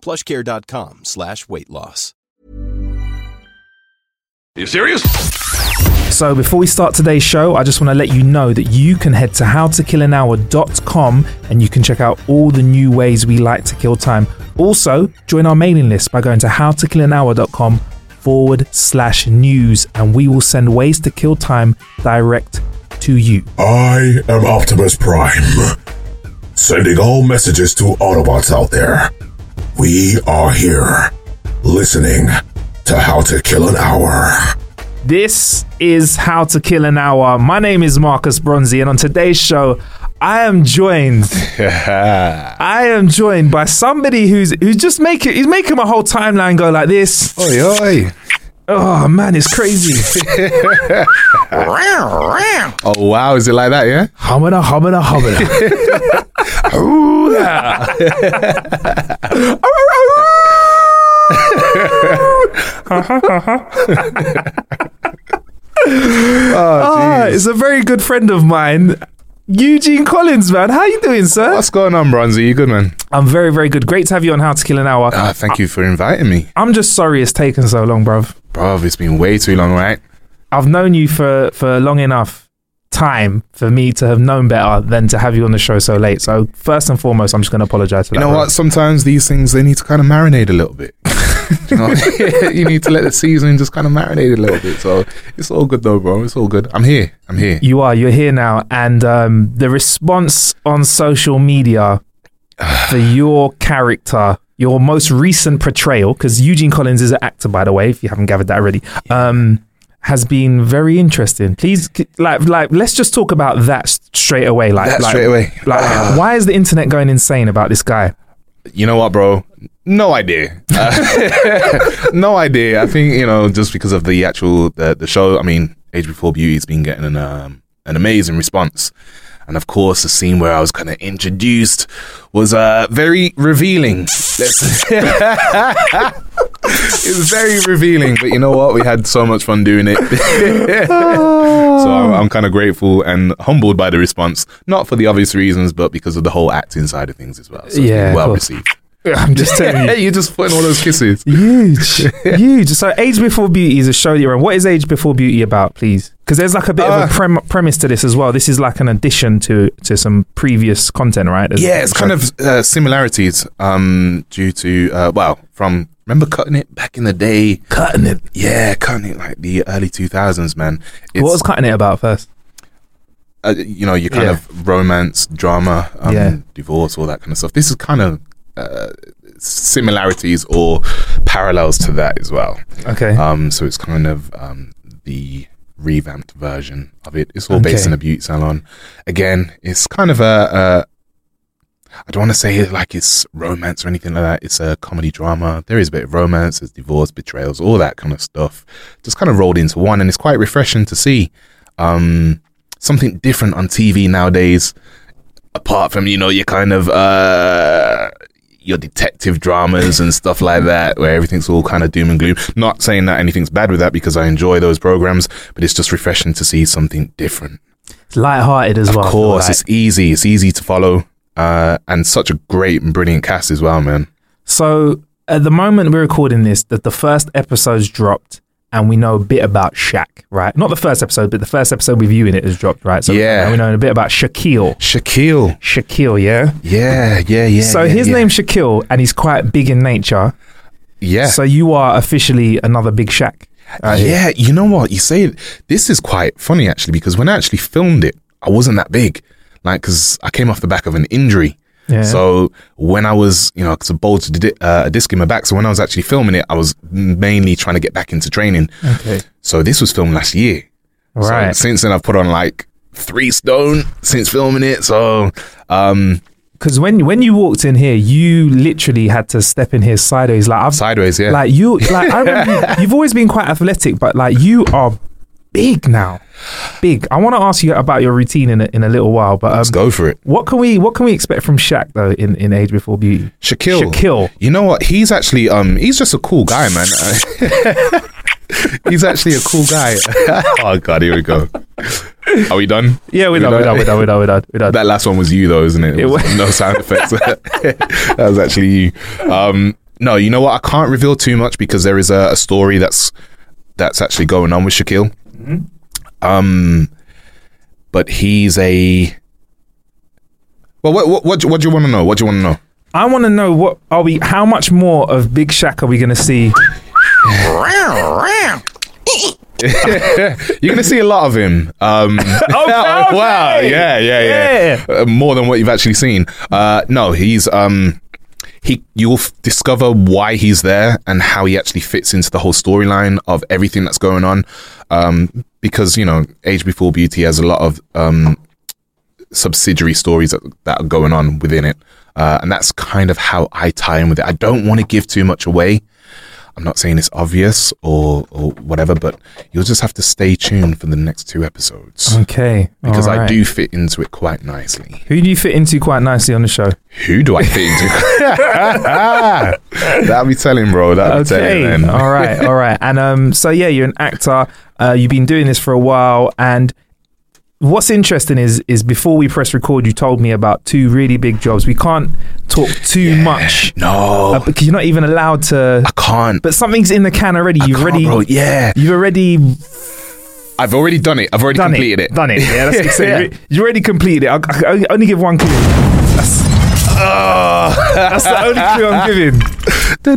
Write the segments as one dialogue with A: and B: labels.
A: plushcare.com slash weight loss.
B: Are you serious?
C: So before we start today's show, I just want to let you know that you can head to howtokillanhour.com and you can check out all the new ways we like to kill time. Also, join our mailing list by going to howtokillanhour.com forward slash news and we will send ways to kill time direct to you.
D: I am Optimus Prime, sending all messages to Autobots out there. We are here, listening to How to Kill an Hour.
C: This is How to Kill an Hour. My name is Marcus Bronzi, and on today's show, I am joined. I am joined by somebody who's who's just making he's making my whole timeline go like this.
E: Oi, oi.
C: Oh man, it's crazy.
E: Oh, wow. Is it like that, yeah?
C: Hummina, hummina, hummina.
E: Oh,
C: Ah, it's a very good friend of mine, Eugene Collins, man. How you doing, sir?
E: What's going on, Bronzy? You good, man?
C: I'm very, very good. Great to have you on How to Kill an Hour.
E: Ah, thank you for inviting me.
C: I'm just sorry it's taken so long, bruv.
E: Bro, it's been way too long, right?
C: I've known you for for long enough time for me to have known better than to have you on the show so late. So first and foremost, I'm just going to apologize for
E: You
C: that.
E: know
C: bro.
E: what? Sometimes these things, they need to kind of marinate a little bit. you, know? you need to let the season just kind of marinate a little bit. So it's all good, though, bro. It's all good. I'm here. I'm here.
C: You are. You're here now, and um, the response on social media for your character, your most recent portrayal, because Eugene Collins is an actor, by the way, if you haven't gathered that already, um, has been very interesting. Please, c- like, like, let's just talk about that s- straight away. Like,
E: That
C: like-
E: straight away.
C: Like, why is the internet going insane about this guy?
E: you know what, bro? No idea. Uh, no idea. I think you know just because of the actual the, the show. I mean, Age Before Beauty's been getting an um, an amazing response, and of course, the scene where I was kind of introduced was uh, very revealing. Let's- it was very revealing, but you know what? We had so much fun doing it. so I'm, I'm kind of grateful and humbled by the response, not for the obvious reasons, but because of the whole acting side of things as well. So it's been
C: Yeah, of
E: well
C: course.
E: received.
C: I'm just telling
E: Yeah,
C: you.
E: you're just putting all those kisses.
C: Huge, huge. So, Age Before Beauty is a show that you're on. What is Age Before Beauty about, please? Because there's like a bit
E: Uh,
C: of a prem- premise to this as well. This is like an addition to to some previous content, right? There's-
E: Yeah, it's kind of uh, similarities um, due to uh, well, from remember cutting it back in the day, cutting it. Yeah, cutting it like the early two thousands, man. It's,
C: what was cutting it about first?
E: uh, you know, your kind
C: Yeah.
E: of romance, drama, um,
C: Yeah.
E: divorce, all that kind of stuff. This is kind of uh, similarities or parallels to that as well.
C: Okay.
E: Um, so it's kind of um, the revamped version of it. It's all based
C: Okay.
E: in a beauty salon. Again, it's kind of a. a I don't want to say it like it's romance or anything like that. It's a comedy drama. There is a bit of romance, there's divorce, betrayals, all that kind of stuff. Just kind of rolled into one, and it's quite refreshing to see um, something different on TV nowadays. Apart from you know your kind of uh, your detective dramas and stuff like that, where everything's all kind of doom and gloom. Not saying that anything's bad with that because I enjoy those programs, but it's just refreshing to see something different.
C: It's lighthearted as well. I
E: of
C: feel
E: course,
C: like.
E: it's easy. It's easy to follow, uh, and such a great and brilliant cast as well, man.
C: So, at the moment we're recording this, that the first episode's dropped, and we know a bit about Shaq, right? Not the first episode, but the first episode with you in it has dropped, right? So,
E: Yeah.
C: and we know a bit about Shaquille.
E: Shaquille,
C: Shaquille, yeah.
E: yeah, yeah, yeah.
C: so
E: yeah,
C: his
E: yeah.
C: name's Shaquille, and he's quite big in nature.
E: Yeah.
C: So you are officially another Big Shack. out here.
E: yeah, you know what? You say it- this is quite funny actually because when I actually filmed it, I wasn't that big. Like, because I came off the back of an injury.
C: Yeah.
E: So when I was, you know, because I bulged a, di- uh, a disc in my back. So when I was actually filming it, I was mainly trying to get back into training.
C: Okay.
E: So this was filmed last year. So
C: Right.
E: since then, I've put on like three stone since filming it. So, um,
C: Because when when you walked in here, you literally had to step in here sideways. Like I've
E: Sideways, yeah.
C: Like you, like I remember you, you've always been quite athletic, but like you are big now, big. I want to ask you about your routine in a, in a little while, but um,
E: let's go for it.
C: What can we what can we expect from Shaq though in, in Age Before Beauty?
E: Shaquille.
C: Shaquille.
E: You know what? He's actually um he's just a cool guy, man. he's actually a cool guy. oh god, here we go. Are we done?
C: Yeah, we're
E: We
C: done. We're done. We're done. We're done. We're done. We're done.
E: That last one was you though, isn't it?
C: It
E: It was
C: was.
E: no sound effects. that was actually you. Um no, you know what? I can't reveal too much because there is a, a story that's that's actually going on with Shaquille. Um but he's a well, what, what, what, do- what do you want to know? What do you want to know?
C: I want to know what are we? How much more of Big Shaq are we going to see?
E: You're gonna see a lot of him. Um,
C: okay.
E: wow! Yeah, yeah, yeah. Uh, more than what you've actually seen. Uh, no, he's um, he. You'll f- discover why he's there and how he actually fits into the whole storyline of everything that's going on. Um, because you know, Age Before Beauty has a lot of um, subsidiary stories that, that are going on within it, uh, and that's kind of how I tie in with it. I don't want to give too much away. I'm not saying it's obvious or, or whatever, but you'll just have to stay tuned for the next two episodes
C: Okay,
E: because I
C: alright.
E: do fit into it quite nicely.
C: Who do you fit into quite nicely on the show?
E: Who do I fit into? That'll be telling, bro. That'll be telling. man.
C: all right, all right. And um, so yeah, you're an actor. Uh, you've been doing this for a while, and what's interesting is is before we press record, you told me about two really big jobs. We can't talk too much
E: No,
C: uh, because you're not even allowed to.
E: I can't.
C: But something's in the can already. You've
E: can't,
C: already,
E: bro. Yeah.
C: you've already
E: I've already done it. I've already
C: done
E: completed it.
C: Done it. Yeah, that's it. So
E: Yeah.
C: you- You already completed it. I, I can only- only give one clue. That's,
E: Ah.
C: that's the only clue I'm giving.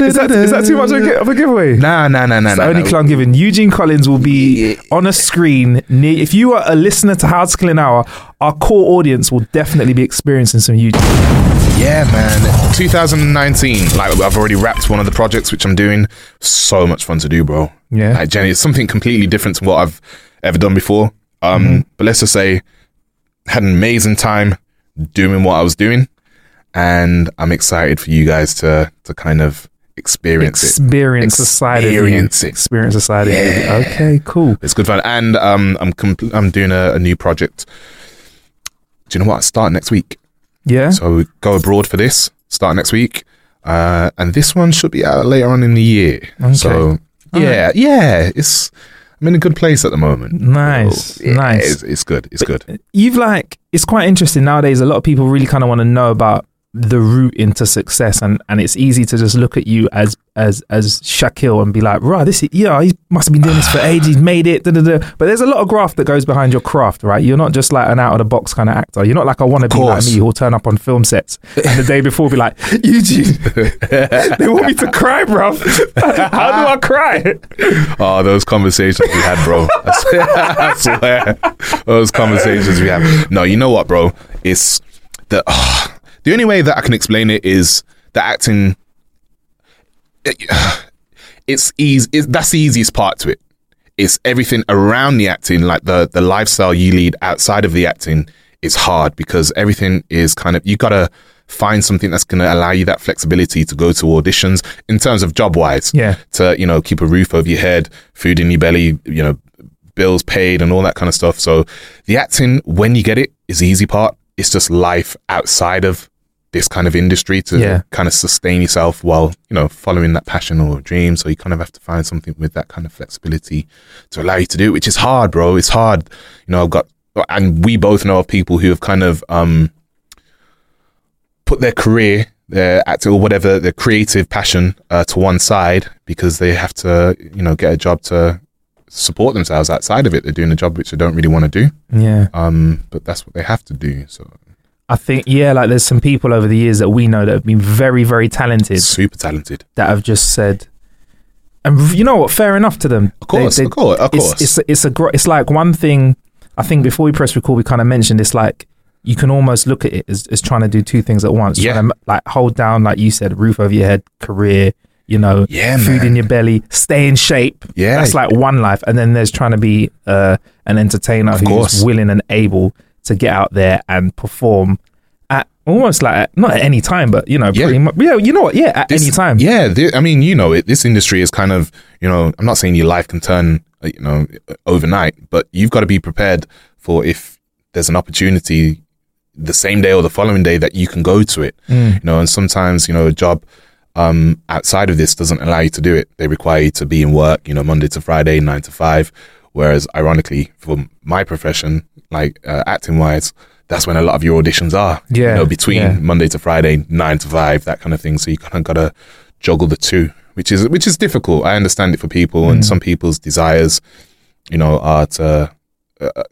C: Is that, is that too much of a, gi- of a giveaway?
E: Nah, nah, nah, nah,
C: That's the
E: nah.
C: only
E: nah.
C: clue I'm giving. Eugene Collins will be on a screen near. If you are a listener to How to Kill an Hour, our core audience will definitely be experiencing some Eugene.
E: Yeah, man. 2019. Like I've already wrapped one of the projects which I'm doing. So much fun to do, bro.
C: Yeah.
E: Like Jenny, it's something completely different to what I've ever done before. Um, but let's just say had an amazing time doing what I was doing, and I'm excited for you guys to to kind of experience it.
C: Experience a side of you.
E: Experience it.
C: Experience a side of you. Okay, cool.
E: It's good fun, and um, I'm compl- I'm doing a, a new project. Do you know what? I start next week.
C: Yeah.
E: So go abroad for this. Start next week, uh, and this one should be out later on in the year. So yeah, yeah, it's I'm in a good place at the moment.
C: Nice,
E: yeah,
C: nice.
E: It's, it's good. It's good.
C: you've like it's quite interesting nowadays a lot of people really kind of want to know about the route into success and and it's easy to just look at you as as as Shaquille and be like right this is yeah he must have been doing this for ages he's made it da, da, da. but there's a lot of graft that goes behind your craft right you're not just like an out of the box kind of actor you're not like I want to be like
E: course.
C: me who'll turn up on film sets and the day before be like Eugene they want me to cry bro how do I cry
E: Oh, those conversations we had, bro. I swear, I swear. those conversations we had. No, you know what, bro? It's the ah, the only way that I can explain it is the acting. it's easy. It's, that's the easiest part to it. It's everything around the acting, like the the lifestyle you lead outside of the acting, is hard because everything is kind of you gotta find something that's gonna allow you that flexibility to go to auditions in terms of job wise.
C: Yeah.
E: To you know keep a roof over your head, food in your belly, you know bills paid and all that kind of stuff. So the acting when you get it is the easy part. It's just life outside of this kind of industry to
C: Yeah.
E: kind of sustain yourself while you know following that passion or dream so you kind of have to find something with that kind of flexibility to allow you to do it which is hard bro it's hard you know i've got and we both know of people who have kind of um put their career their act or whatever their creative passion uh, to one side because they have to you know get a job to support themselves outside of it they're doing a job which they don't really want to do
C: yeah
E: um but that's what they have to do so
C: I think yeah like there's some people over the years that we know that have been very very talented
E: super talented
C: that have just said, And you know what? Fair enough to them.
E: Of course, of course, of
C: it's-
E: course.
C: It's a- it's a gr- it's like one thing. I think before we press record, we kind of mentioned it's like you can almost look at it as, as trying to do two things at once.
E: Yeah.
C: Trying to, like hold down, like you said, roof over your head, career. You know,
E: Yeah,
C: food
E: man.
C: in your belly, stay in shape.
E: Yeah.
C: that's like one life, and then there's trying to be uh, an entertainer who's
E: course.
C: willing and able to get out there and perform at almost like at, not at any time, but you know,
E: Yeah.
C: pretty much. Yeah, you know what? Yeah, at
E: This-
C: any time.
E: Yeah, thi- I mean, you know, it, this industry is kind of, you know, I'm not saying your life can turn, uh, you know, overnight, but you've got to be prepared for if there's an opportunity the same day or the following day that you can go to it.
C: Mm.
E: You know, and sometimes, you know, a job um, outside of this doesn't allow you to do it. They require you to be in work, you know, Monday to Friday, nine to five. Whereas, ironically, for my profession, like uh, acting wise, that's when a lot of your auditions are.
C: Yeah,
E: You know, between
C: yeah.
E: Monday to Friday, nine to five, that kind of thing. So you kind of gotta juggle the two, which is which is difficult. I understand it for people,
C: Mm.
E: and some people's desires, you know, are to. Uh,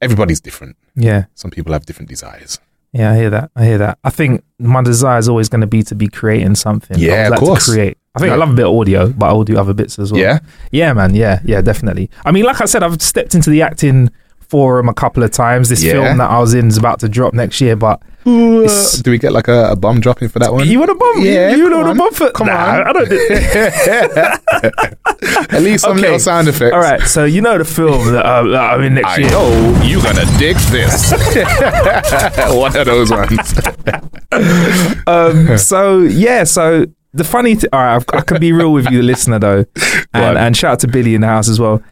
E: everybody's different.
C: yeah.
E: Some people have different desires.
C: Yeah, I hear that. I hear that. I think my desire is always going to be to be creating something. I
E: Yeah,
C: always
E: of
C: like
E: course.
C: To create. I think I
E: Yeah.
C: love a bit of audio, but I will do other bits as well.
E: Yeah?
C: yeah, man. Yeah, yeah, definitely. I mean, like I said, I've stepped into the acting forum a couple of times. This
E: Yeah.
C: film that I was in is about to drop next year, but It's-
E: Do we get like a, a bomb dropping for that one?
C: Uh, you want a bomb? You-
E: Yeah,
C: you
E: come
C: want a
E: on.
C: bomb for?
E: Come
C: Nah,
E: on.
C: I don't. think-
E: At least some
C: Okay.
E: little sound effects.
C: All right, so you know the film that, uh, that I'm in next
E: I
C: year.
E: know you're gonna dig this. one of those ones.
C: Um, so yeah, so the funny. Th- all right, I've, I can be real with you, the listener, though,
E: on.
C: and, and shout out to Billy in the house as well.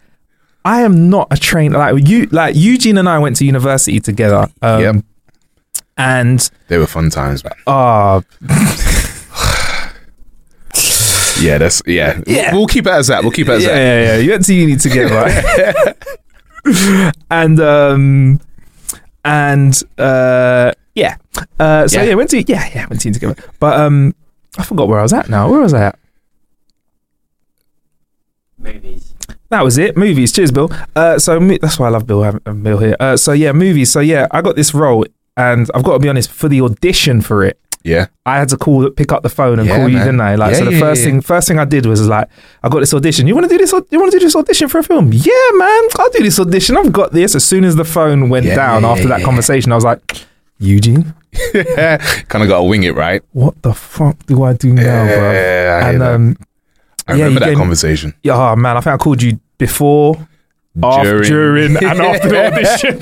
C: I am not a trained like you. Like Eugene and I went to university together, um,
E: yep.
C: and
E: They were fun times, man.
C: uh
E: Yeah, that's yeah.
C: Yeah.
E: We'll keep it as that. We'll keep it as
C: yeah,
E: that.
C: yeah, yeah, you went to uni together, and um, and uh, yeah, uh, so
E: Yeah.
C: yeah. went to yeah, yeah, went to uni together, but um, I forgot where I was at now. Where was I at?
B: movies.
C: That was it. Movies. Cheers, Bill. Uh, so mo- that's why I love Bill. having- having Bill here. Uh, so yeah, movies. So yeah, I got this role, and I've got to be honest. For the audition for it,
E: Yeah.
C: I had to call, pick up the phone, and
E: Yeah,
C: call you,
E: man.
C: didn't I? Like,
E: Yeah,
C: so the
E: yeah,
C: first
E: yeah,
C: thing, first thing I did was like, I got this audition. You want to do this? au- You want to do this audition for a film? Yeah, man. I'll do this audition. I've got this. As soon as the phone went
E: Yeah,
C: down
E: yeah,
C: after
E: yeah,
C: that
E: yeah.
C: conversation, I was like, Eugene,
E: kind of got to wing it, right?
C: what the fuck do I do now, bro?
E: Yeah, I, hear
C: and
E: that.
C: um,
E: I
C: yeah, you
E: remember that
C: gave me-
E: conversation.
C: yeah, oh man, I think I called you before, after, during, and after the audition.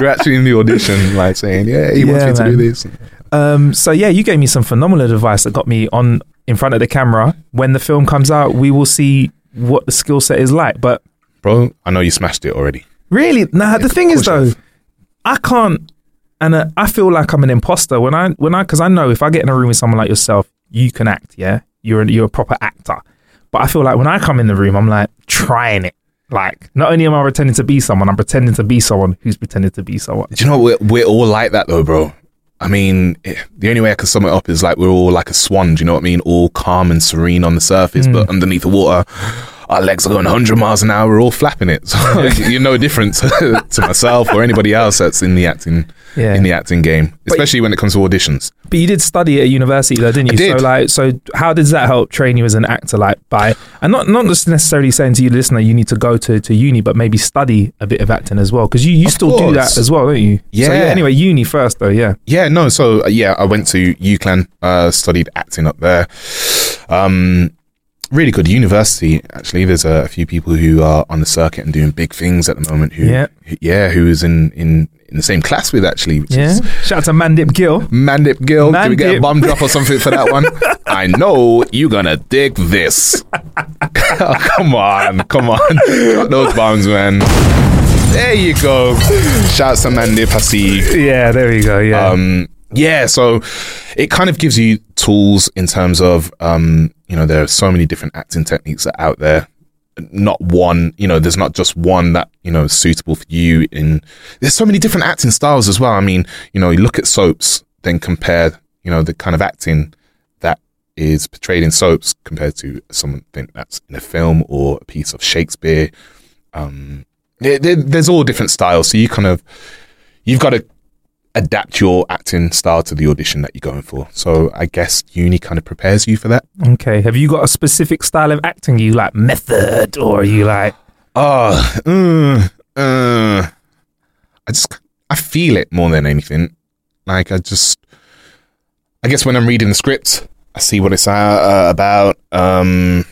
E: You're actually in the audition, like saying, "Yeah, he wants
C: Yeah,
E: me to
C: man.
E: do this."
C: Um, so yeah, you gave me some phenomenal advice that got me on in front of the camera. When the film comes out, we will see what the skill set is like. But
E: Bro, I know you smashed it already.
C: really, nah. the thing is
E: course you
C: though, I can't, and uh, I feel like I'm an imposter when I when I because I know if I get in a room with someone like yourself, you can act. Yeah, you're a, you're a proper actor. But I feel like when I come in the room, I'm like trying it. Like not only am I pretending to be someone, I'm pretending to be someone who's pretending to be someone.
E: Do you know we're, we're all like that though, bro? I mean, eh, the only way I can sum it up is like we're all like a swan. Do you know what I mean? All calm and serene on the surface, but underneath the water, our legs are going 100 miles an hour. We're all flapping it. So you're no different to, to myself or anybody else that's in the acting
C: Yeah.
E: in the acting game, especially when it comes to auditions.
C: But you did study at university though, didn't you?
E: did.
C: So like so how does that help train you as an actor like by and not not just necessarily saying to you listener you need to go to, to uni but maybe study a bit of acting as well because you, you
E: Of
C: still do that
E: course.
C: as well, don't you? So
E: Yeah.
C: anyway, uni first though, yeah.
E: Yeah, no. So uh, yeah, I went to UCLan, uh, studied acting up there. Um, really good university, actually. There's a, a few people who are on the circuit and doing big things at the moment. Who,
C: Yeah.
E: who- yeah, who is in in in the same class with actually. Which
C: Yeah.
E: is
C: Shout out to Mandip Gill.
E: Mandip Gill. Do we get a
C: Mandip.
E: bomb drop or something for that one? I know you're gonna dig this. Oh, come on, come on, drop those bombs, man. There you go. Shouts to Mandip. I see you.
C: Yeah, there you go, yeah.
E: Um, yeah, so it kind of gives you tools in terms of, um, you know, there are so many different acting techniques that are out there. Not one, you know, there's not just one that, you know, is suitable for you. In there's so many different acting styles as well. I mean, you know, you look at soaps, then compare, you know, the kind of acting that is portrayed in soaps compared to something that's in a film or a piece of Shakespeare. Um, there, there, there's all different styles. So you kind of, you've got to adapt your acting style to the audition that you're going for. So I guess uni kind of prepares you for that.
C: Okay. Have you got a specific style of acting? Are you like method or are you like
E: Oh, mm, uh, I just I feel it more than anything. Like I just, I guess when I'm reading the script, I see what it's uh, about. Um,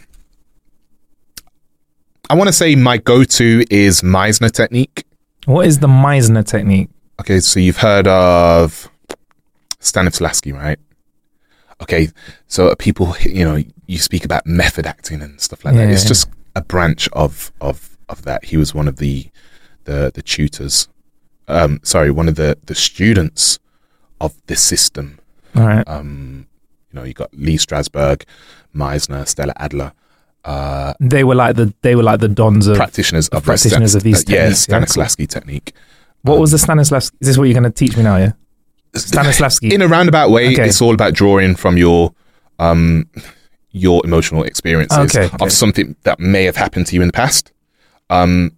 E: I want to say my go-to is Meisner technique.
C: what is the Meisner technique?
E: Okay, so you've heard of Stanislavski, right? Okay, so people, you know, you speak about method acting and stuff like that.
C: Yeah,
E: It's
C: yeah.
E: just a branch of of of that. He was one of the the the tutors. Um, sorry, one of the the students of this system.
C: All right.
E: Um, you know, you got Lee Strasberg, Meisner, Stella Adler, uh,
C: they were like the they were like the dons of
E: practitioners of, the
C: practitioners
E: Stan-
C: of these
E: uh, yeah,
C: techniques, yeah, cool.
E: Stanislavski technique.
C: what was the Stanislavski? Is this what you're going to teach me now? Yeah. Stanislavski.
E: in a roundabout way
C: Okay.
E: it's all about drawing from your um your emotional experiences
C: Okay, okay.
E: of something that may have happened to you in the past um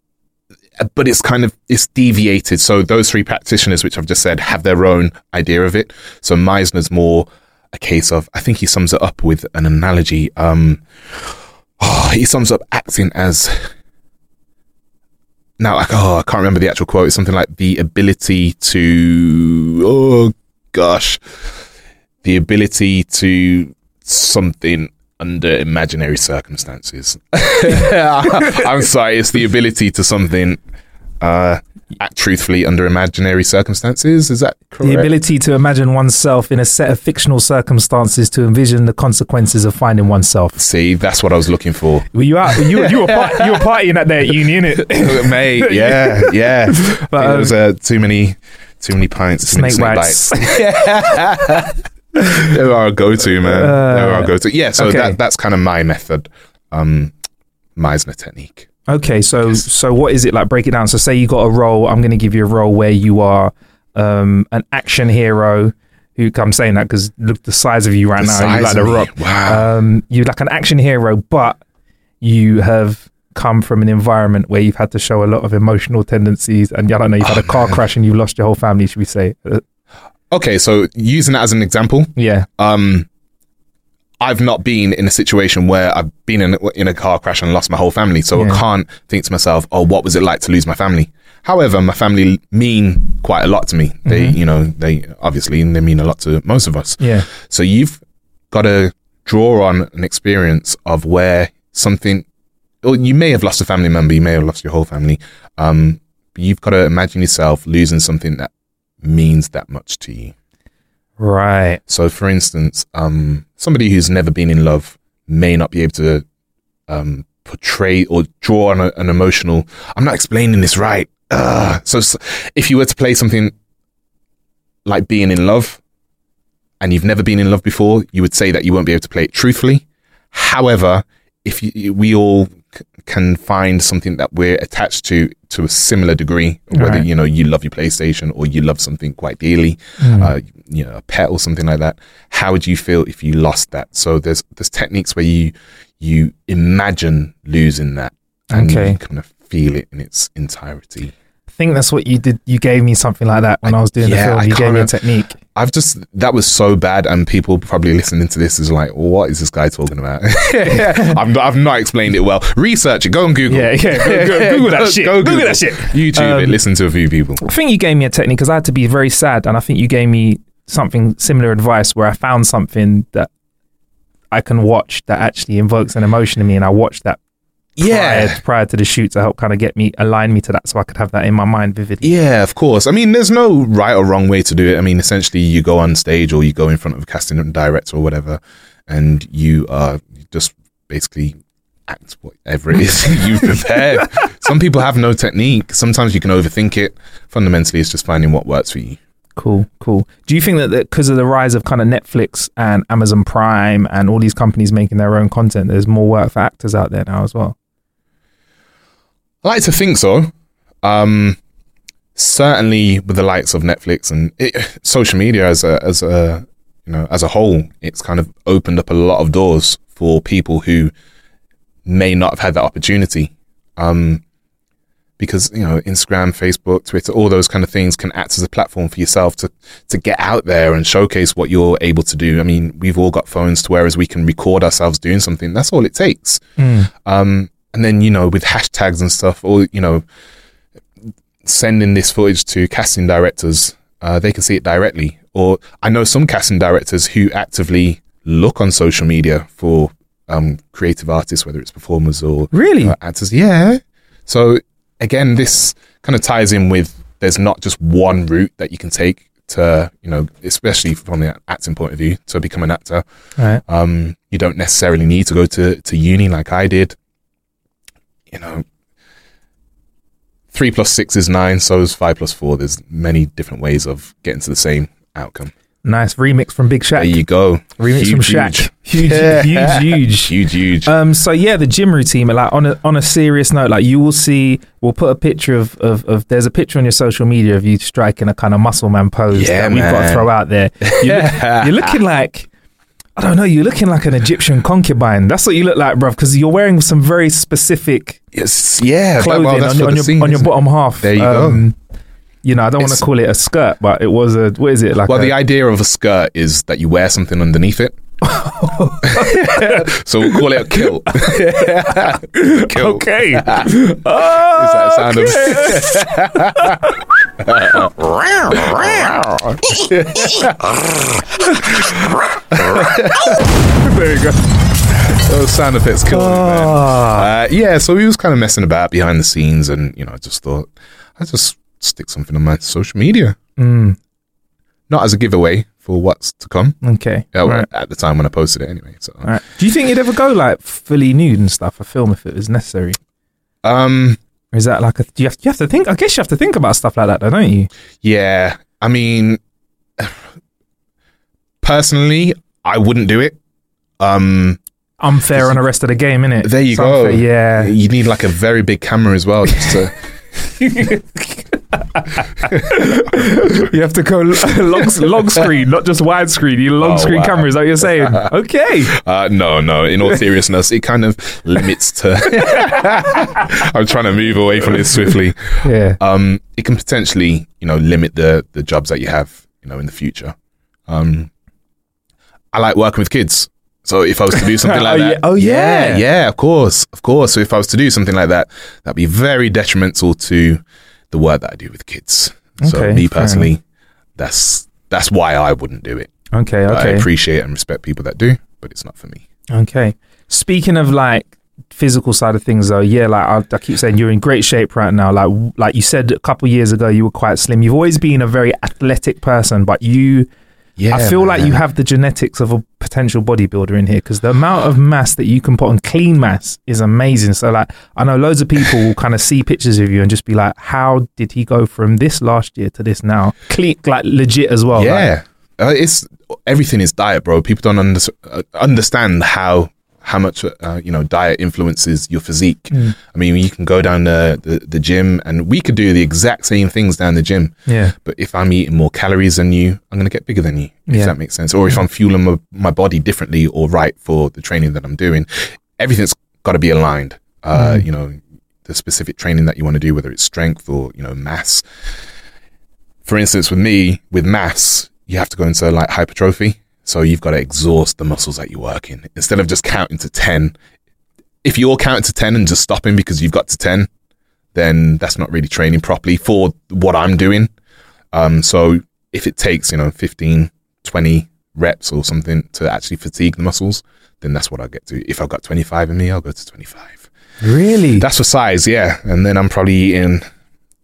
E: but it's kind of it's deviated so those three practitioners which i've just said have their own idea of it so meisner's more a case of i think he sums it up with an analogy um he sums up acting as now like oh I can't remember the actual quote. It's something like the ability to oh gosh, the ability to something under imaginary circumstances. I'm sorry, it's the ability to something uh, act truthfully under imaginary circumstances. Is that correct?
C: The ability to imagine oneself in a set of fictional circumstances to envision the consequences of finding oneself.
E: See, that's what I was looking for.
C: Were you out? You, you were part, you were partying at that uni, innit?
E: Mate, yeah, yeah. But,
C: But, um,
E: it was uh, too many, too many pints, too many
C: Snake
E: snake
C: bites.
E: bites. they were our go-to, man. they were
C: Uh,
E: our go-to. Yeah, so
C: okay.
E: that that's kind of my method, um, Meisner technique.
C: Okay, so so what is it like? Break it down. So say you got a role. I'm going to give you a role where you are um, an action hero. Who I'm saying that because look the size of you right now. You
E: size
C: like the
E: of me.
C: rock.
E: Wow.
C: Um, you're like an action hero, but you have come from an environment where you've had to show a lot of emotional tendencies, and I don't know, you've had a
E: Oh,
C: car crash and you've lost your whole family. Should we say? Uh,
E: okay, so using that as an example,
C: yeah.
E: um, I've not been in a situation where I've been in in a car crash and lost my whole family, so
C: Yeah.
E: I can't think to myself, "Oh, what was it like to lose my family?" However, my family mean quite a lot to me. They, you know, they obviously they mean a lot to most of us.
C: Mm-hmm. Yeah.
E: So you've got to draw on an experience of where something, or you may have lost a family member, you may have lost your whole family. Um, but you've got to imagine yourself losing something that means that much to you.
C: Right.
E: So, for instance, um, somebody who's never been in love may not be able to um, portray or draw on a, an emotional. I'm not explaining this right. Ugh. So, s if you were to play something like being in love, and you've never been in love before, you would say that you won't be able to play it truthfully. However, if you, we all c- can find something that we're attached to to a similar degree, whether
C: Right.
E: you know you love your PlayStation or you love something quite dearly,
C: Hmm.
E: uh, you know a pet or something like that, how would you feel if you lost that? So there's there's techniques where you you imagine losing that and
C: Okay.
E: you kind of feel it in its entirety.
C: I think that's what you did. You gave me something like that when I, was doing
E: yeah,
C: the
E: I
C: film. You
E: can't
C: gave me a
E: remem-
C: technique.
E: I've just that was so bad, and people probably listening to this is like, "What is this guy talking about?" I've not, I've not explained it well. Research it. Go on Google.
C: Yeah, yeah, go- go- Google that
E: Go-
C: shit.
E: Go
C: Google that shit.
E: YouTube it.
C: Um,
E: Listen to a few people.
C: I think you gave me a technique because I had to be very sad, and I think you gave me something similar advice where I found something that I can watch that actually invokes an emotion in me, and I watched that prior, prior to the shoot to help kind of get me align me to that, so I could have that in my mind vividly.
E: Yeah, of course. I mean, there's no right or wrong way to do it. I mean, essentially, you go on stage or you go in front of a casting director or whatever, and you uh, just basically act whatever it is you've prepared. Some people have no technique. Sometimes you can overthink it. Fundamentally, it's just finding what works for you.
C: Cool, cool. Do you think that because of the rise of kind of Netflix and Amazon Prime and all these companies making their own content, there's more work for actors out there now as well?
E: I like to think so. Um, certainly with the likes of Netflix and it, social media as a as a you know as a whole, it's kind of opened up a lot of doors for people who may not have had that opportunity. Um, because you know Instagram, Facebook, Twitter, all those kind of things can act as a platform for yourself to to get out there and showcase what you're able to do. I mean, we've all got phones to whereas we can record ourselves doing something. That's all it takes. Um, and then you know with hashtags and stuff, or you know sending this footage to casting directors, uh, they can see it directly. Or I know some casting directors who actively look on social media for um, creative artists, whether it's performers or
C: Really?
E: uh, actors. Yeah. So again, this kind of ties in with there's not just one route that you can take to you know, especially from the acting point of view, to become an actor.
C: Right.
E: Um, you don't necessarily need to go to, to uni like I did. You know, three plus six is nine, so is five plus four. There's many different ways of getting to the same outcome.
C: Nice remix from Big
E: There
C: Shaq.
E: you go.
C: Remix from Shaq. Huge, huge, huge.
E: huge, huge.
C: Um, so yeah, the gym routine. but, Like on a on a serious note, like you will see, we'll put a picture of of, of there's a picture on your social media of you striking a kind of muscle man pose
E: Yeah,
C: that we've got to
E: man.
C: throw out there. You look, you're looking like. I don't know. You're looking like an Egyptian concubine. That's what you look like, bruv, because you're wearing some very specific
E: Yes, yeah. that-
C: clothing
E: well,
C: on,
E: that's for
C: your- on
E: the
C: your
E: scene,
C: on your
E: isn't it?
C: bottom Um, half.
E: There you go.
C: go. You know, I don't want to
E: It's-
C: call it a skirt, but it was a what is it like?
E: Well,
C: a-
E: the idea of a skirt is that you wear something underneath it. so we'll call it a kilt. kilt.
C: okay.
E: Is that a sound of- there you go. Those sound effects killed me, man.
C: Ah,
E: Uh, yeah, so he was kind of messing about behind the scenes, and you know, I just thought I just stick something on my social media, not as a giveaway for what's to come.
C: okay.
E: Yeah, well,
C: right.
E: at the time when I posted it, anyway. So,
C: All right. Do you think you'd ever go like fully nude and stuff a film if it was necessary?
E: um,
C: Or is that like a do you have you have to think? I guess you have to think about stuff like that, though, don't you?
E: yeah, I mean, personally, I wouldn't do it. Um,
C: Unfair on the rest of the game, innit?
E: there you
C: It's unfair,
E: go.
C: Yeah.
E: you need like a very big camera as well. Just to,
C: You have to go long, long screen, not just widescreen. You long
E: Oh,
C: screen
E: wow.
C: camera, is that what you're saying? Okay.
E: Uh, no, no. In all seriousness, it kind of limits to. I'm trying to move away from this swiftly.
C: Yeah.
E: Um, it can potentially, you know, limit the the jobs that you have, you know, in the future. Um, I like working with kids, so if I was to do something like
C: Oh,
E: that,
C: yeah. Oh, yeah.
E: yeah, yeah, of course, of course. So if I was to do something like that, that'd be very detrimental to the work that I do with kids.
C: Okay,
E: so me
C: fair
E: personally, that's that's why I wouldn't do it.
C: Okay.
E: But I
C: Okay.
E: appreciate and respect people that do, but it's not for me.
C: Okay. Speaking of like physical side of things, though, yeah, like I, I keep saying, you're in great shape right now. Like, w- like you said a couple years ago, you were quite slim. You've always been a very athletic person, but you,
E: Yeah,
C: I feel like
E: man.
C: you have the genetics of a potential bodybuilder in here because the amount of mass that you can put on clean mass is amazing. So, like, I know loads of people will kind of see pictures of you and just be like, "How did he go from this last year to this now?" Clean, like legit as well. like-
E: yeah, uh, it's everything is diet, bro. People don't under, uh, understand how how much uh, you know diet influences your physique.
C: Hmm.
E: I mean, you can go down the, the the gym, and we could do the exact same things down the gym.
C: yeah.
E: But if I'm eating more calories than you, I'm going to get bigger than you, if
C: Yeah.
E: that makes sense. Or if I'm fueling my, my body differently or right for the training that I'm doing, everything's got to be aligned. Uh, You know, the specific training that you want to do, whether it's strength or, you know, mass. For instance, with me, with mass, you have to go into like hypertrophy. So you've got to exhaust the muscles that you work in instead of just counting to 10. If you're counting to 10 and just stopping because you've got to 10, then that's not really training properly for what I'm doing. Um, so if it takes, you know, 15, 20 reps or something to actually fatigue the muscles, then that's what I'll get to. If I've got 25 in me, I'll go to 25.
C: Really?
E: That's for size, yeah. And then I'm probably eating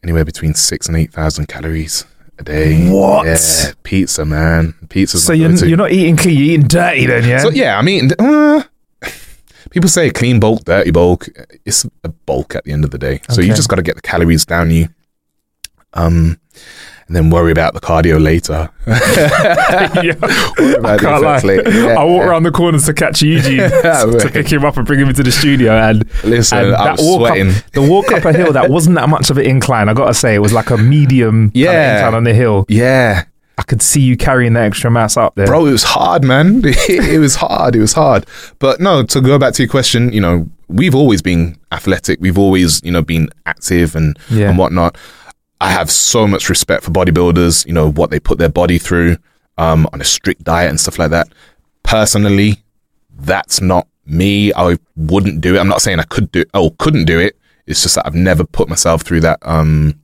E: anywhere between six and 8,000 calories a day.
C: What?
E: Yeah, pizza, man. Pizza's
C: so
E: my
C: you're,
E: go-to.
C: you're not eating clean, you're eating dirty then, yeah?
E: So yeah, I mean, uh, people say clean bulk, dirty bulk. It's a bulk at the end of the day. So you
C: Okay.
E: just got to get the calories down you, um, and then worry about the cardio later.
C: yeah. I
E: about
C: can't
E: the
C: lie.
E: effects later. Yeah,
C: I walked
E: yeah.
C: around the corners to catch Eugene to
E: right.
C: pick him up and bring him into the studio. And
E: Listen,
C: and
E: I was
C: walk
E: sweating.
C: Up, the walk up a hill that wasn't that much of an incline. I gotta say, it was like a medium kind of
E: Yeah.
C: incline on the hill.
E: Yeah,
C: I could see you carrying that extra mass up there.
E: bro, it was hard, man. it was hard. It was hard. But no, to go back to your question, you know, we've always been athletic. We've always, you know, been active and
C: Yeah.
E: and whatnot. I have so much respect for bodybuilders. You know what they put their body through um, on a strict diet and stuff like that. Personally, that's not me. I wouldn't do it. I'm not saying I could do oh couldn't do it. It's just that I've never put myself through that um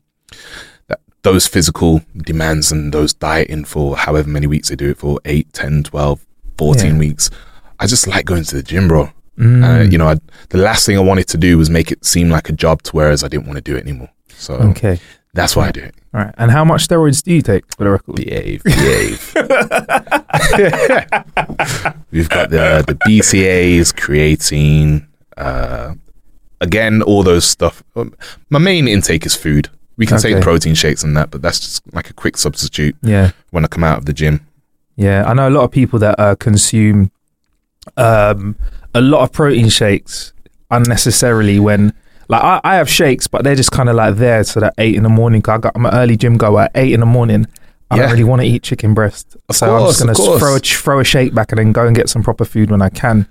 E: that those physical demands and those dieting for however many weeks they do it for 8, 10, 12, 14
C: Yeah. Mm.
E: weeks. I just like going to the gym, bro. Uh, you know, I, the last thing I wanted to do was make it seem like a job to whereas I didn't want to do it anymore. So
C: Okay.
E: that's why I do it.
C: All right. And how much steroids do you take for the record?
E: Behave, behave. We've got the the BCAs, creatine, uh, again, all those stuff. Um, My main intake is food. We can
C: Okay.
E: take protein shakes and that, but that's just like a quick substitute
C: Yeah.
E: when I come out of the gym.
C: Yeah, I know a lot of people that uh, consume um, a lot of protein shakes unnecessarily. When like I, I have shakes, but they're just kind of like there so that eight in the morning. 'cause I got, I'm an early gym goer. At eight in the morning, I don't
E: Yeah.
C: really want to eat chicken breast,
E: Of
C: so
E: course,
C: I'm
E: of
C: just gonna
E: course.
C: throw a ch- throw a shake back and then go and get some proper food when I can.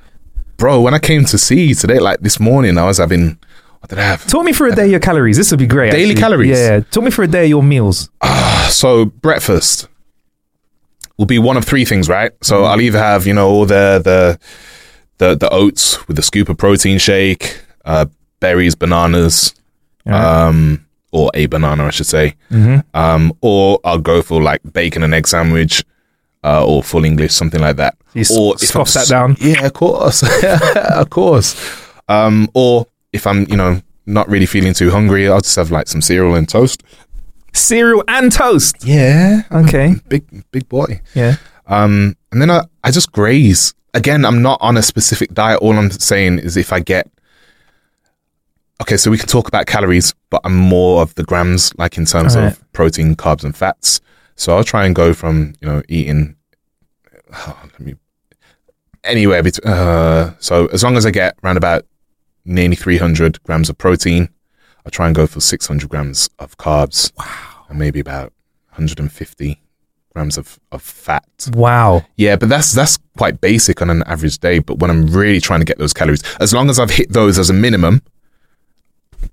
E: Bro, when I came to see you today, like this morning, I was having what did I have?
C: Talk me through a day of your calories. This would be great.
E: Daily
C: actually.
E: calories?
C: Yeah. Talk me through a day of your meals.
E: so breakfast will be one of three things, right? So
C: Mm-hmm.
E: I'll either have you know all the the the, the oats with a scoop of protein shake, uh, berries, bananas, um, or a banana, I should say,
C: Mm-hmm.
E: um, or I'll go for like bacon and egg sandwich. Uh, or full English, something like that.
C: You s-
E: or if
C: scoff
E: I'm
C: that
E: s-
C: down?
E: Yeah, of course, of course. Um, or if I'm, you know, not really feeling too hungry, I'll just have like some cereal and toast.
C: Cereal and toast.
E: Yeah,
C: Okay.
E: big big boy.
C: Yeah.
E: Um, and then I, I just graze. Again, I'm not on a specific diet. All I'm saying is if I get okay, so we can talk about calories, but I'm more of the grams, like in terms
C: Alright.
E: of protein, carbs, and fats. So I'll try and go from you know eating. Oh, let me anywhere between. Uh, so as long as I get around about nearly 300 grams of protein, I try and go for 600 grams of carbs. Wow, and maybe about 150 grams of of fat.
C: Wow.
E: Yeah, but that's that's quite basic on an average day. But when I'm really trying to get those calories, as long as I've hit those as a minimum,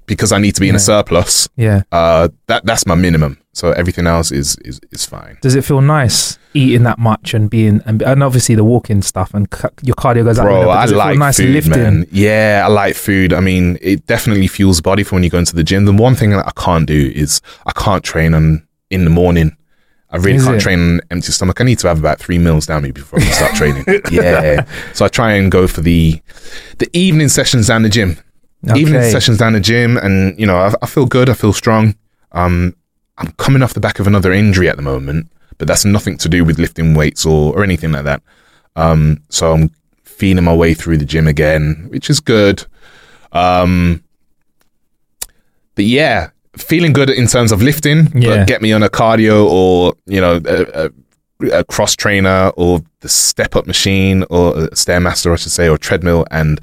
E: because I need to be in a surplus,
C: Yeah.
E: uh, that that's my minimum. So everything else is is, is fine.
C: Does it feel nice eating that much and being and, and obviously the walking stuff and ca- your cardio goes out? the
E: Bro,
C: window, but
E: I
C: does it feel
E: like
C: nice
E: food,
C: lifting.
E: man. Yeah, I like food. I mean, it definitely fuels the body for when you go into the gym. The one thing that I can't do is I can't train on in the morning. I really
C: Is
E: can't
C: it?
E: train on an empty stomach. I need to have about three meals down me before I can start training. yeah, so I try and go for the the evening sessions down the gym. Evening
C: Okay.
E: sessions down the gym, and you know, I, I feel good. I feel strong. Um, I'm coming off the back of another injury at the moment, but that's nothing to do with lifting weights or, or anything like that. Um, so I'm feeling my way through the gym again, which is good. Um, but yeah, feeling good in terms of lifting,
C: Yeah.
E: but get me on a cardio or, you know, a, a, a cross trainer or the step up machine or a stairmaster, I should say, or treadmill. And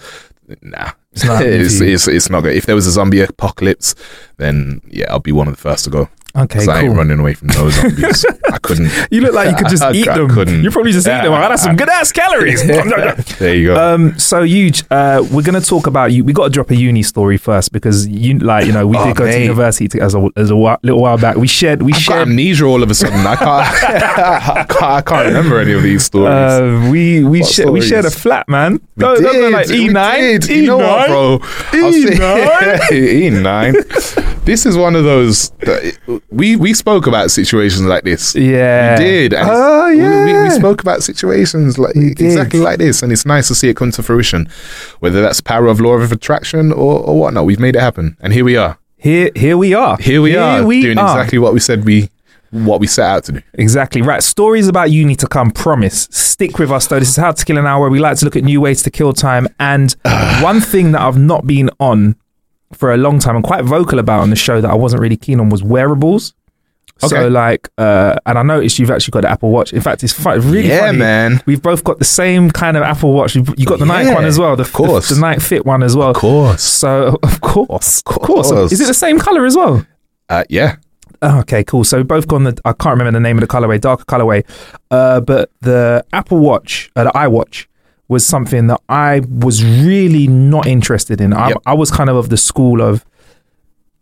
E: nah, it's
C: not happening
E: it's,
C: for you.
E: it's, not good. If there was a zombie apocalypse, then yeah, I'll be one of the first to go.
C: Okay,
E: 'Cause I ain't
C: cool.
E: running away from those zombies. I couldn't.
C: You look like you could just
E: I- I-
C: eat
E: I
C: them.
E: couldn't.
C: You probably just eat them. Like, That's some good ass calories.
E: there you go.
C: um, so huge. Uh, we're gonna talk about you. We got to drop a uni story first because you like you know we
E: Oh,
C: did go to
E: mate.
C: university to, as a as a while, little while back. We shared we
E: I've got
C: shared
E: amnesia all of a sudden. I can't, I can't. I can't remember any of these stories.
C: uh, we we
E: What
C: shared we
E: stories?
C: shared a flat man.
E: We
C: No, no, no, E
E: did,
C: like
E: we
C: E9,
E: did. You know
C: E9.
E: what, bro? I'll
C: E
E: say-
C: E9?
E: E9. This is one of those. That, we we spoke about situations like this.
C: Yeah.
E: we did. and it's-
C: Oh,
E: we- we, we
C: yeah.
E: spoke about situations like
C: We did.
E: exactly like this, and it's nice to see it come to fruition. Whether that's power of law of attraction or or whatnot, we've made it happen, and here we are.
C: Here here we are.
E: Here we are
C: we
E: doing
C: are.
E: exactly what we said we what we set out to do.
C: Exactly right. Stories about you need to come. Promise. Stick with us though. This is how to kill an hour. We like to look at new ways to kill time. And one thing that I've not been on for a long time and quite vocal about on the show that I wasn't really keen on was wearables. So
E: Okay.
C: like, uh, and I noticed you've actually got the Apple Watch. In fact, it's fu- really
E: Yeah,
C: funny.
E: man.
C: We've both got the same kind of Apple Watch. You've, you got the Nike
E: Yeah,
C: one as well. The,
E: of course.
C: the, the Nike Fit one as well. Of
E: course.
C: So of course, of course.
E: course.
C: Is it the same color as well?
E: Uh, yeah.
C: Oh, okay, cool. So we've both gone the I can't remember the name of the colorway, darker colorway, uh, but the Apple Watch, uh, the iWatch was something that I was really not interested in. I,
E: Yep.
C: I was kind of of the school of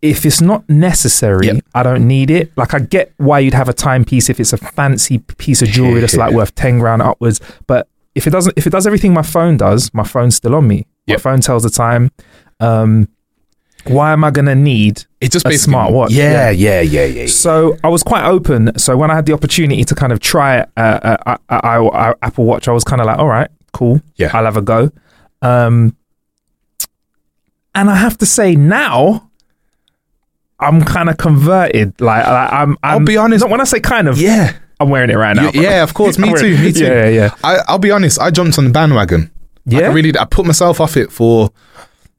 C: if it's not necessary,
E: Yep.
C: I don't need it. Like I get why you'd have a timepiece if it's a fancy piece of jewelry that's like worth ten grand upwards, but if it doesn't, if it does everything my phone does, my phone's still on me.
E: Yep.
C: My phone tells the time. Um, why am I gonna need
E: It's just
C: a
E: basically
C: smartwatch,
E: Yeah, yeah, yeah, yeah. yeah.
C: so I was quite open. So when I had the opportunity to kind of try uh, uh, uh, uh, uh, Apple Watch, I was kind of like, all right, cool.
E: Yeah.
C: I'll have a go. Um, and I have to say now, I'm kind of converted. Like I, I'm, i
E: I'll be honest-
C: Not when I say kind of,
E: yeah.
C: I'm wearing it right now.
E: Y-
C: bro.
E: yeah, of course.
C: I'm
E: Me
C: wearing-
E: too. Me too.
C: Yeah, yeah, yeah.
E: I, I'll be honest. I jumped on the bandwagon. Like,
C: Yeah?
E: I really. I put myself off it for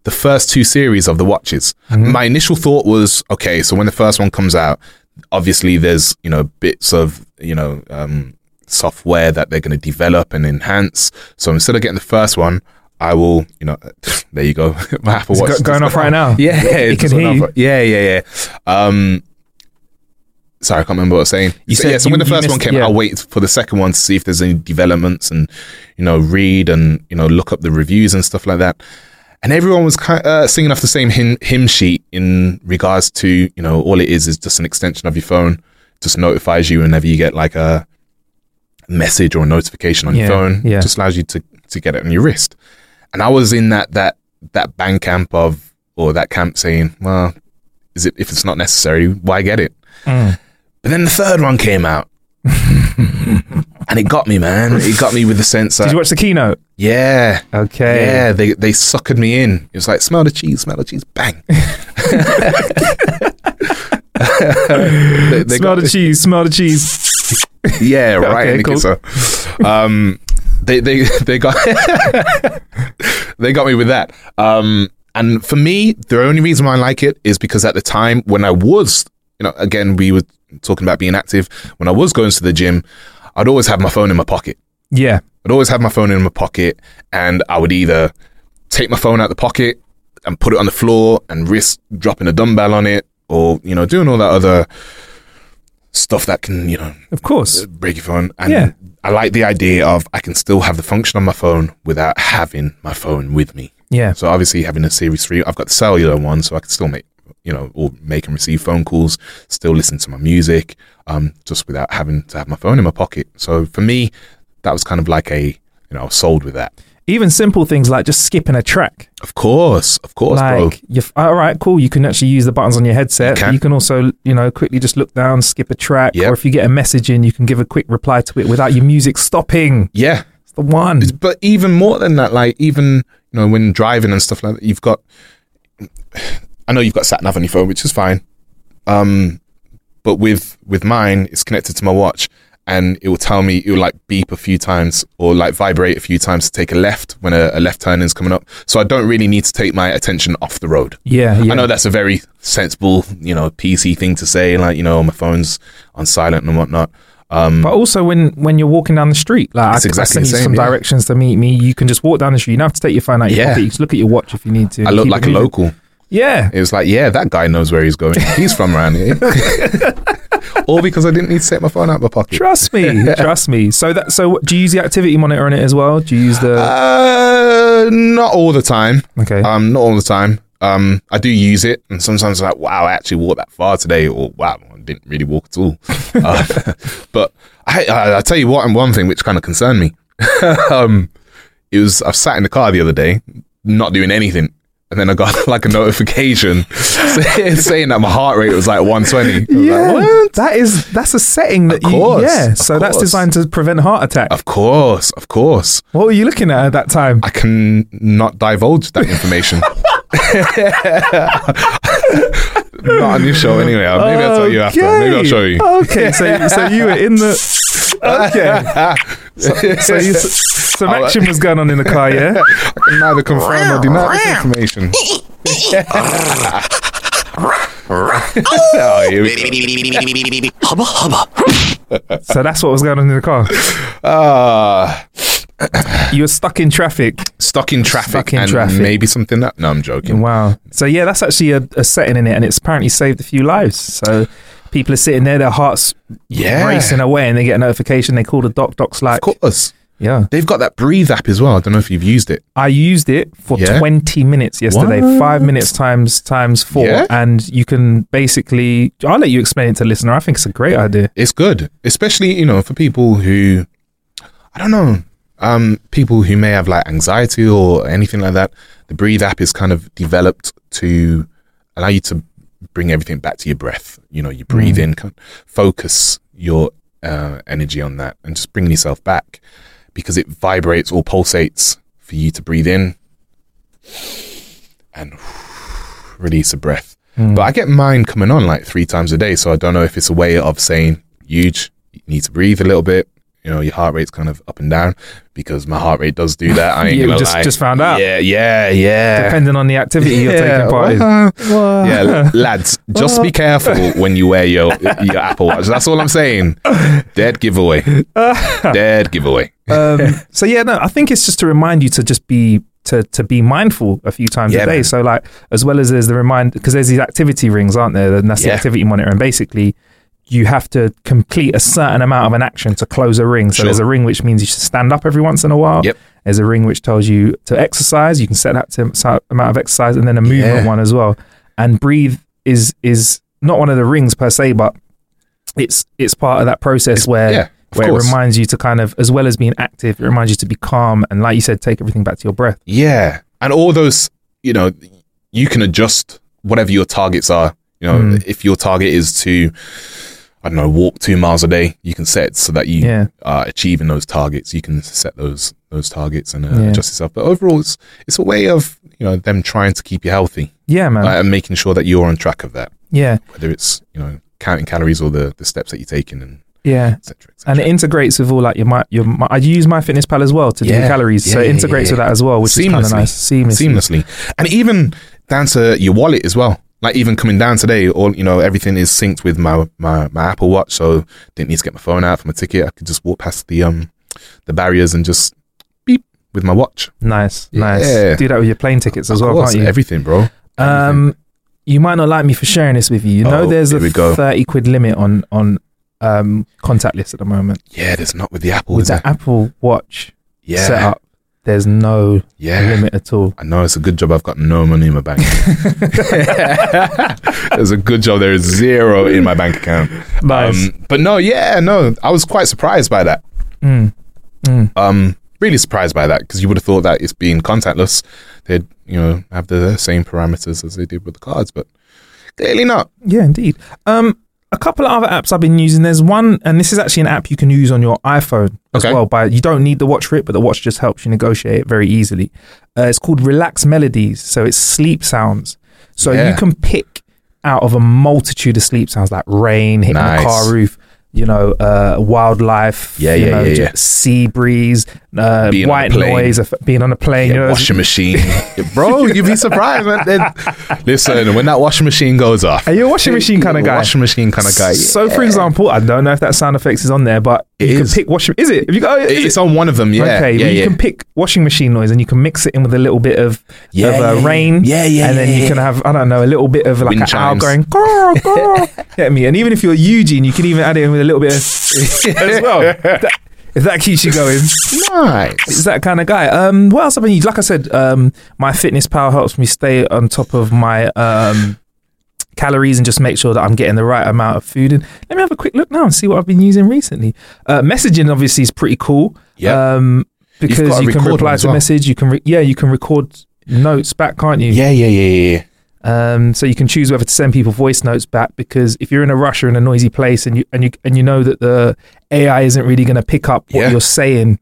E: the first two series of the watches.
C: Mm-hmm.
E: My initial thought was, okay, so when the first one comes out, obviously there's you know bits of you know um, software that they're going to develop and enhance. So instead of getting the first one, I will you know there you go. My Apple
C: It's go-
E: Watch just
C: going
E: went
C: off right now.
E: Yeah,
C: It
E: just
C: can
E: went
C: hear
E: off. Yeah, yeah, yeah. Um, sorry, I can't remember what I was saying.
C: You
E: so,
C: said
E: yeah, so
C: you-
E: when the
C: you
E: first one
C: missed-
E: came,
C: yeah.
E: out, I'll wait for the second one to see if there's any developments and, you know, read and, you know, look up the reviews and stuff like that. And everyone was ki uh, singing off the same hymn, hymn sheet in regards to, you know, all it is is just an extension of your phone. Just notifies you whenever you get like a message or a notification on
C: Yeah,
E: your phone.
C: yeah.
E: Just allows you to, to get it on your wrist. And I was in that, that, that band camp of, or that camp saying, well, is it, if it's not necessary, why get it? But then the third one came out. and it got me, man. It got me with the sense
C: Did
E: that,
C: you watch the keynote?
E: yeah.
C: Okay.
E: Yeah, they, they suckered me in. It was like, smell the cheese, smell the cheese, bang. they, they
C: smell
E: got-
C: the cheese. Smell the cheese.
E: yeah, right.
C: Okay,
E: Nicky,
C: cool.
E: so, um, they they they got they got me with that. Um, and for me, the only reason why I like it is because at the time when I was, you know, again we were talking about being active. When I was going to the gym, I'd always have my phone in my pocket.
C: Yeah.
E: I'd always have my phone in my pocket, and I would either take my phone out the pocket and put it on the floor and risk dropping a dumbbell on it, or you know, doing all that other stuff that can you know
C: Of course.
E: break your phone. And
C: Yeah.
E: I like the idea of I can still have the function on my phone without having my phone with me.
C: Yeah.
E: So obviously having a Series 3, I've got the cellular one, so I can still make, you know, or make and receive phone calls, still listen to my music, um, just without having to have my phone in my pocket. So for me, that was kind of like a, you know, I was sold with that.
C: Even simple things like just skipping a track.
E: Of course, of course, bro.
C: like you all right cool you can actually use the buttons on your headset
E: You can.
C: you can also you know quickly just look down skip a track
E: Yep.
C: or if you get a message in you can give a quick reply to it without your music stopping
E: Yeah,
C: it's the one
E: but even more than that, like even you know when driving and stuff like that, you've got. I know you've got sat nav on your phone, which is fine, um, but with with mine, it's connected to my watch, and it will tell me it will like beep a few times or like vibrate a few times to take a left when a, a left turn is coming up. So I don't really need to take my attention off the road.
C: yeah yeah
E: I know that's a very sensible, you know, PC thing to say. Like you know, my phone's on silent and whatnot.
C: but also when when you're walking down the street like I,
E: Mm. It's
C: I
E: exactly
C: send
E: the
C: you
E: same,
C: some
E: yeah.
C: directions to meet me you can just walk down the street you don't have to take your phone out your
E: Yeah.
C: pocket you just look at your watch if you need to
E: I
C: and
E: look
C: keep it
E: like a
C: moving.
E: local.
C: yeah
E: It was like, yeah, that guy knows where he's going. He's from around here. All because I didn't need to take my phone out of my pocket.
C: trust me trust me so that so do you use the activity monitor in it as well do you use the
E: Uh, not all the time.
C: okay
E: Um, not all the time. Um, I do use it, and sometimes like, wow, I actually walked that far today, or wow, I didn't really walk at all. Uh, but I, I, I tell you what, and one thing which kind of concerned me, um, it was I sat in the car the other day, not doing anything. And then I got like a notification saying that my heart rate was like 120. I was like,
C: yeah,
E: "What?"
C: that is that's a setting that
E: course,
C: you yeah.
E: of
C: So that's
E: course.
C: designed to prevent heart attack.
E: Of course, of course.
C: What were you looking at at that time?
E: I can not divulge that information. not on this show anyway. Maybe I'll tell you after. Maybe I'll show you.
C: Okay, so so you were in the okay. So you, some
E: I'll-
C: action was going on in the car, yeah.
E: I can neither confirm nor deny this information. oh, here we go.
B: Hubba hubba.
C: So that's what was going on in the car.
E: Ah,
C: You were stuck in traffic.
E: stuck in traffic
C: Stuck in
E: and
C: traffic.
E: maybe something that. No, I'm joking.
C: Wow. So yeah, that's actually a, a setting in it, and it's apparently saved a few lives. So people are sitting there, their hearts
E: Yeah.
C: racing away, and they get a notification. They call the doc. Doc's like,
E: Of course.
C: Yeah.
E: They've got that Breathe app as well. I don't know if you've used it.
C: I used it for
E: Yeah?
C: 20 minutes yesterday.
E: What?
C: Five minutes times times four,
E: Yeah?
C: and you can basically. I'll let you explain it to the listener. I think it's a great idea.
E: It's good, especially you know for people who, I don't know, um, people who may have like anxiety or anything like that. The Breathe app is kind of developed to allow you to bring everything back to your breath. You know, you breathe in, kind of focus your uh, energy on that, and just bring yourself back because it vibrates or pulsates for you to breathe in and release a breath.
C: Hmm.
E: But I get mine coming on like three times a day, so I don't know if it's a way of saying, "Huge, you need to breathe a little bit." You know, your heart rate's kind of up and down because my heart rate does do that. I ain't
C: Yeah, we
E: gonna
C: just-
E: lie.
C: just found out.
E: Yeah, yeah, yeah.
C: Depending on the activity you're taking part in.
E: wow. Yeah, l- lads, just be careful when you wear your your Apple Watch. That's all I'm saying. Dead giveaway. Dead giveaway.
C: um, so yeah, no, I think it's just to remind you to just be to to be mindful a few times
E: Yeah,
C: a day.
E: man.
C: So like, as well as there's the remind because there's these activity rings, aren't there? And that's the
E: Yeah.
C: activity monitor, and basically. You have to complete a certain amount of an action to close a ring. So
E: Sure.
C: there's a ring which means you should stand up every once in a while.
E: Yep.
C: There's a ring which tells you to exercise. You can set that to so- amount of exercise, and then a movement
E: Yeah.
C: one as well. And breathe is is not one of the rings per se, but it's it's part of that process where
E: yeah, of
C: where
E: course.
C: it reminds you to kind of as well as being active, it reminds you to be calm and like you said, take everything back to your breath.
E: Yeah, and all those, you know, you can adjust whatever your targets are. You know,
C: Mm.
E: if your target is to, I don't know, walk two miles a day, you can set it so that you
C: Yeah.
E: are achieving those targets. You can set those those targets and uh,
C: Yeah.
E: adjust yourself. But overall, it's it's a way of you know them trying to keep you healthy
C: Yeah, man.
E: uh, and making sure that you're on track of that,
C: yeah.
E: whether it's you know counting calories or the the steps that you're taking and
C: Yeah.
E: etc. Et
C: And
E: cetera.
C: it integrates with all like your my, your my, I use my fitness pal as well to do
E: Yeah.
C: calories, so
E: Yeah,
C: it
E: yeah,
C: integrates
E: yeah,
C: with that as well, which is kind of nice. Seamless.
E: seamlessly, and even down to your wallet as well. Like even coming down today, all you know, everything is synced with my my, my Apple Watch, so didn't need to get my phone out for my ticket. I could just walk past the um the barriers and just beep with my watch.
C: Nice,
E: Yeah.
C: nice. Do that with your plane tickets as
E: of
C: well,
E: course,
C: can't you?
E: everything, bro.
C: um, you might not like me for sharing this with you. You know,
E: Oh,
C: there's a
E: here we go.
C: thirty quid limit on on um contactless at the moment
E: Yeah, there's not with the Apple.
C: with
E: is
C: the
E: there?
C: Apple Watch
E: yeah,
C: set up. There's no
E: Yeah.
C: limit at all.
E: I know it's a good job I've got no money in my bank. There's a good job there is zero in my bank account.
C: Nice.
E: Um, but no, yeah, no, I was quite surprised by that.
C: Mm.
E: Um, really surprised by that because you would have thought that it's being contactless. They'd you know have the same parameters as they did with the cards, but clearly not.
C: Yeah, indeed. Um, a couple of other apps I've been using. There's one, and this is actually an app you can use on your iPhone as
E: Okay.
C: well. By you don't need the watch for it, but the watch just helps you negotiate it very easily. Uh, it's called Relax Melodies, so it's sleep sounds. So
E: Yeah.
C: you can pick out of a multitude of sleep sounds like rain hitting
E: Nice.
C: the car roof, you know, uh, wildlife,
E: Yeah,
C: you
E: yeah,
C: know,
E: yeah,
C: ju-
E: yeah.
C: sea breeze, uh,
E: Being on a
C: white
E: plane.
C: noise, of- being on a plane, you know,
E: Yeah,
C: it's-
E: washing machine, bro. You'd be surprised. Man. Then- Listen, when that washing machine goes off,
C: Are you a washing machine kinda guy?
E: Washing machine kind of guy.
C: So, for example, I don't know if that sound effects is on there, but
E: It
C: you
E: is.
C: can pick washing. Is it? Have you got? oh, is
E: it's
C: it?
E: on one of them. Yeah,
C: okay,
E: yeah,
C: well, you
E: yeah.
C: can pick washing machine noise, and you can mix it in with a little bit of,
E: Yeah,
C: of uh,
E: yeah, yeah.
C: rain.
E: Yeah, yeah,
C: And then
E: yeah,
C: you
E: yeah.
C: can have I don't know a little bit of like
E: Wind
C: an
E: chimes.
C: owl going. Gaw, gaw, get me? And even if you're Eugene, you can even add it in with a little bit of, as well. That- if that keeps you going,
E: Nice.
C: is that kind of guy. Um, what else have I used? Like I said, um, my fitness power helps me stay on top of my um, calories and just make sure that I'm getting the right amount of food. And let me have a quick look now and see what I've been using recently. Uh, messaging obviously is pretty cool.
E: Yep.
C: Um, because
E: gotta
C: you can
E: record
C: reply
E: one as
C: to a
E: well.
C: message. You can re- yeah, you can record notes back, can't you?
E: Yeah, yeah, yeah, yeah. yeah.
C: Um, so you can choose whether to send people voice notes back because if you're in a rush or in a noisy place and you and you and you know that the AI isn't really going to pick up what
E: Yeah.
C: you're saying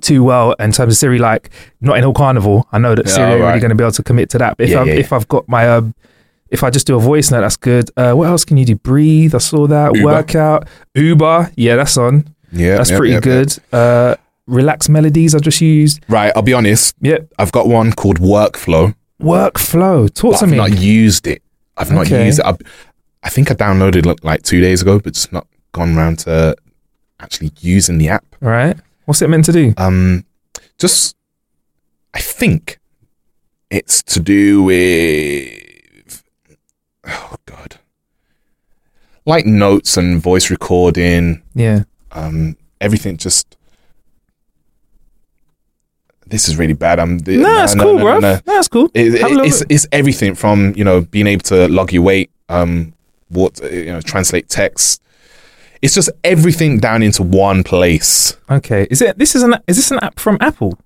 C: too well in terms of Siri, like not in all carnival. I know that
E: Yeah,
C: Siri ain't really
E: alright.
C: going to be able to commit to that. But if
E: Yeah,
C: I'm,
E: yeah, yeah.
C: if I've got my um, if I just do a voice note, that's good. Uh, what else can you do? Breathe. I saw that
E: Uber.
C: workout. Uber. Yeah, that's on.
E: Yeah,
C: that's
E: yeah,
C: pretty
E: yeah, yeah.
C: good. Uh, relax melodies. I just used.
E: Right, I'll be honest.
C: Yep.
E: I've got one called Workflow.
C: Workflow. Talk
E: But
C: to
E: I've
C: me.
E: not used it. I've not
C: Okay.
E: used it. I, I think I downloaded it like two days ago, but just not gone round to actually using the app.
C: right. What's it meant to do?
E: Um, just I think it's to do with oh god, like notes and voice recording.
C: Yeah.
E: um, everything just this is really bad. I'm no,
C: No, it's cool, bro. No, it's cool.
E: It, it-
C: Have a look.
E: it's it's everything from you know being able to log your weight, um, what you know, translate text. It's just everything down into one place.
C: okay. Is it? This is an. Is this an app from Apple?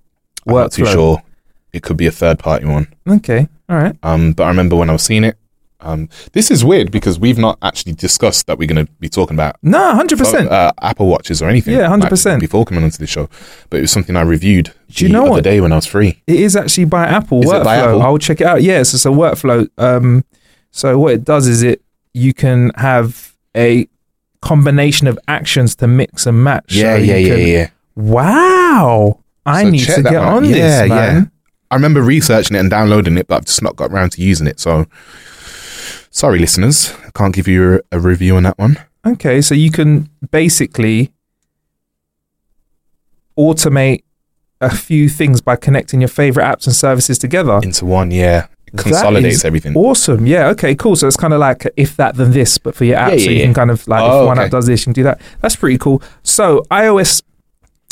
E: I'm not too
C: Workflow.
E: sure. It could be a third party one.
C: Okay. All right.
E: Um, but I remember when I was seeing it. Um, this is weird because we've not actually discussed that we're going to be talking about
C: No, hundred percent.
E: uh, Apple Watches or anything.
C: Yeah, 100%.
E: like, before coming onto the show, but it was something I reviewed
C: Do you
E: the
C: know
E: other
C: what?
E: day when I was free.
C: It is actually by Apple
E: Is
C: Workflow.
E: it by Apple?
C: I'll check it out. Yeah, it's, it's a workflow. Um, so what it does is it you can have a combination of actions to mix and match. So you can- Wow, I
E: So
C: need
E: check
C: to
E: that
C: get
E: one.
C: on
E: Yeah,
C: this, man.
E: yeah. I remember researching it and downloading it, but I've just not got around to using it. So, sorry, listeners, I can't give you a, a review on that one.
C: Okay, so you can basically automate a few things by connecting your favorite apps and services together.
E: Into one, yeah, it
C: That
E: consolidates
C: is
E: everything.
C: Awesome. Yeah. Okay. Cool. So it's kind of like if that then this, but for your app,
E: Yeah,
C: so
E: yeah,
C: you
E: yeah.
C: can kind of like
E: Oh,
C: if one
E: okay.
C: app does this, you can do that. That's pretty cool. So iOS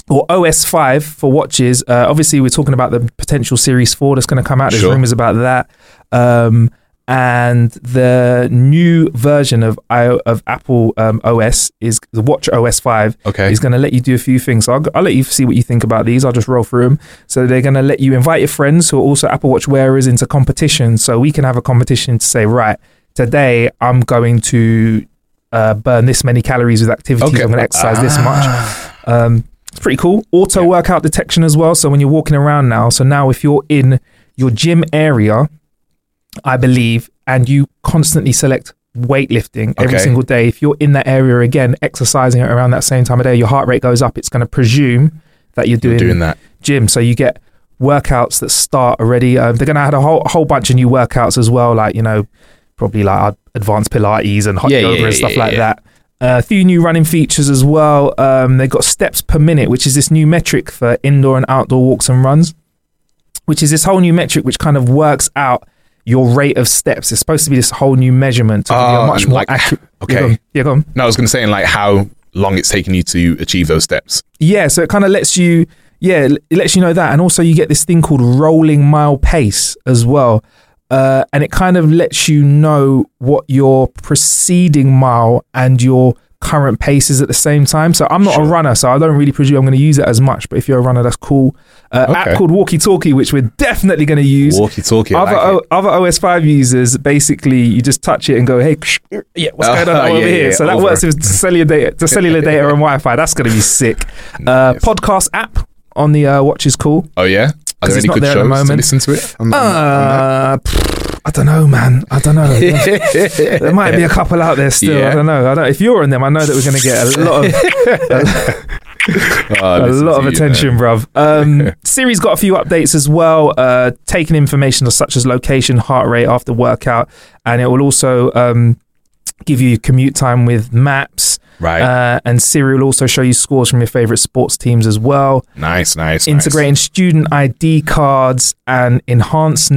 C: or OS five for watches. Uh, obviously, we're talking about the potential Series four that's going to come out. There's
E: Sure.
C: rumors about that. Um, and the new version of I- of Apple um, OS is the Watch OS five.
E: Okay.
C: is going to let you do a few things. So I'll, I'll let you see what you think about these. I'll just roll through them. So they're going to let you invite your friends who are also Apple Watch wearers into competitions. So we can have a competition to say, right, today I'm going to uh, burn this many calories with activities.
E: Okay. Ah.
C: I'm going to exercise this much. Um, it's pretty cool. Auto workout detection as well. So when you're walking around now, so now if you're in your gym area, I believe, and you constantly select weightlifting every
E: Okay.
C: single day. If you're in that area again, exercising at around that same time of day, your heart rate goes up. It's going to presume that you're doing,
E: doing that.
C: gym. So you get workouts that start already. Um, they're going to add a whole whole bunch of new workouts as well, like you know, probably like our advanced Pilates and hot
E: Yeah,
C: yoga
E: yeah,
C: and stuff
E: yeah,
C: like
E: yeah.
C: that. Uh, a few new running features as well. Um, they've got steps per minute, which is this new metric for indoor and outdoor walks and runs, which is this whole new metric which kind of works out your rate of steps. It's supposed to be this whole new measurement to give you a
E: Oh,
C: much
E: and
C: more
E: like-
C: accurate.
E: okay.
C: Yeah, go on. Yeah, go on.
E: No, I was going to say like how long it's taken you to achieve those steps.
C: Yeah, so it kind of lets you, yeah, it lets you know that, and also you get this thing called rolling mile pace as well, uh, and it kind of lets you know what your preceding mile and your current pace is at the same time. So I'm not a runner, so I don't really presume I'm going to use it as much. But if you're a runner, that's cool. Uh, App
E: Okay.
C: called Walkie Talkie, which we're definitely going to use.
E: Walkie talkie,
C: Other, o- other OS5 users, basically, you just touch it and go, hey, yeah, what's going on
E: Oh,
C: over
E: yeah,
C: here?
E: yeah,
C: so that
E: over.
C: works with cellular data, to cellular data and Wi-Fi. That's going to be sick. Uh, podcast app on the uh, watch is cool.
E: Oh yeah, are
C: 'Cause
E: there
C: it's
E: any
C: not
E: good
C: there at the
E: shows to
C: moment.
E: listen to it? I'm-
C: Uh, pfft, I don't know, man. I don't know. there might be a couple out there still.
E: Yeah.
C: I don't know. I don't. If you're on them, I know that we're going to get a lot of
E: Oh, I
C: a
E: listen
C: lot
E: to
C: of
E: you,
C: attention,
E: man.
C: bruv. Um, Siri's got a few updates as well, uh, taking information such as location, heart rate after workout, and it will also um, give you commute time with maps.
E: Right.
C: Uh, and Siri will also show you scores from your favorite sports teams as well,
E: Nice, nice.
C: integrating student ID cards and enhanced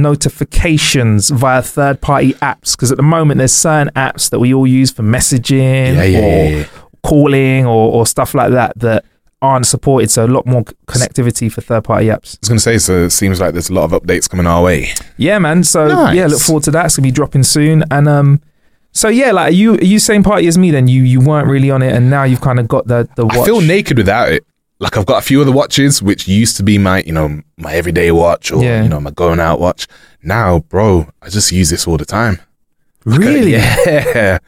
C: notifications via third party apps. Because at the moment, there's certain apps that we all use for messaging
E: Yeah, yeah,
C: or
E: yeah, yeah.
C: calling or, or stuff like that that aren't supported. So a lot more c- connectivity for third party apps.
E: I was going to say, so it seems like there's a lot of updates coming our way.
C: Yeah, man. So yeah,
E: Nice.
C: look forward to that. It's gonna be dropping soon. And um, so yeah, like are you are you same party as me? Then you you weren't really on it, and now you've kind of got the the watch.
E: I feel naked without it. Like I've got a few other watches which used to be my, you know, my everyday watch or
C: Yeah.
E: you know my going out watch. Now, bro, I just use this all the time.
C: really.
E: Yeah,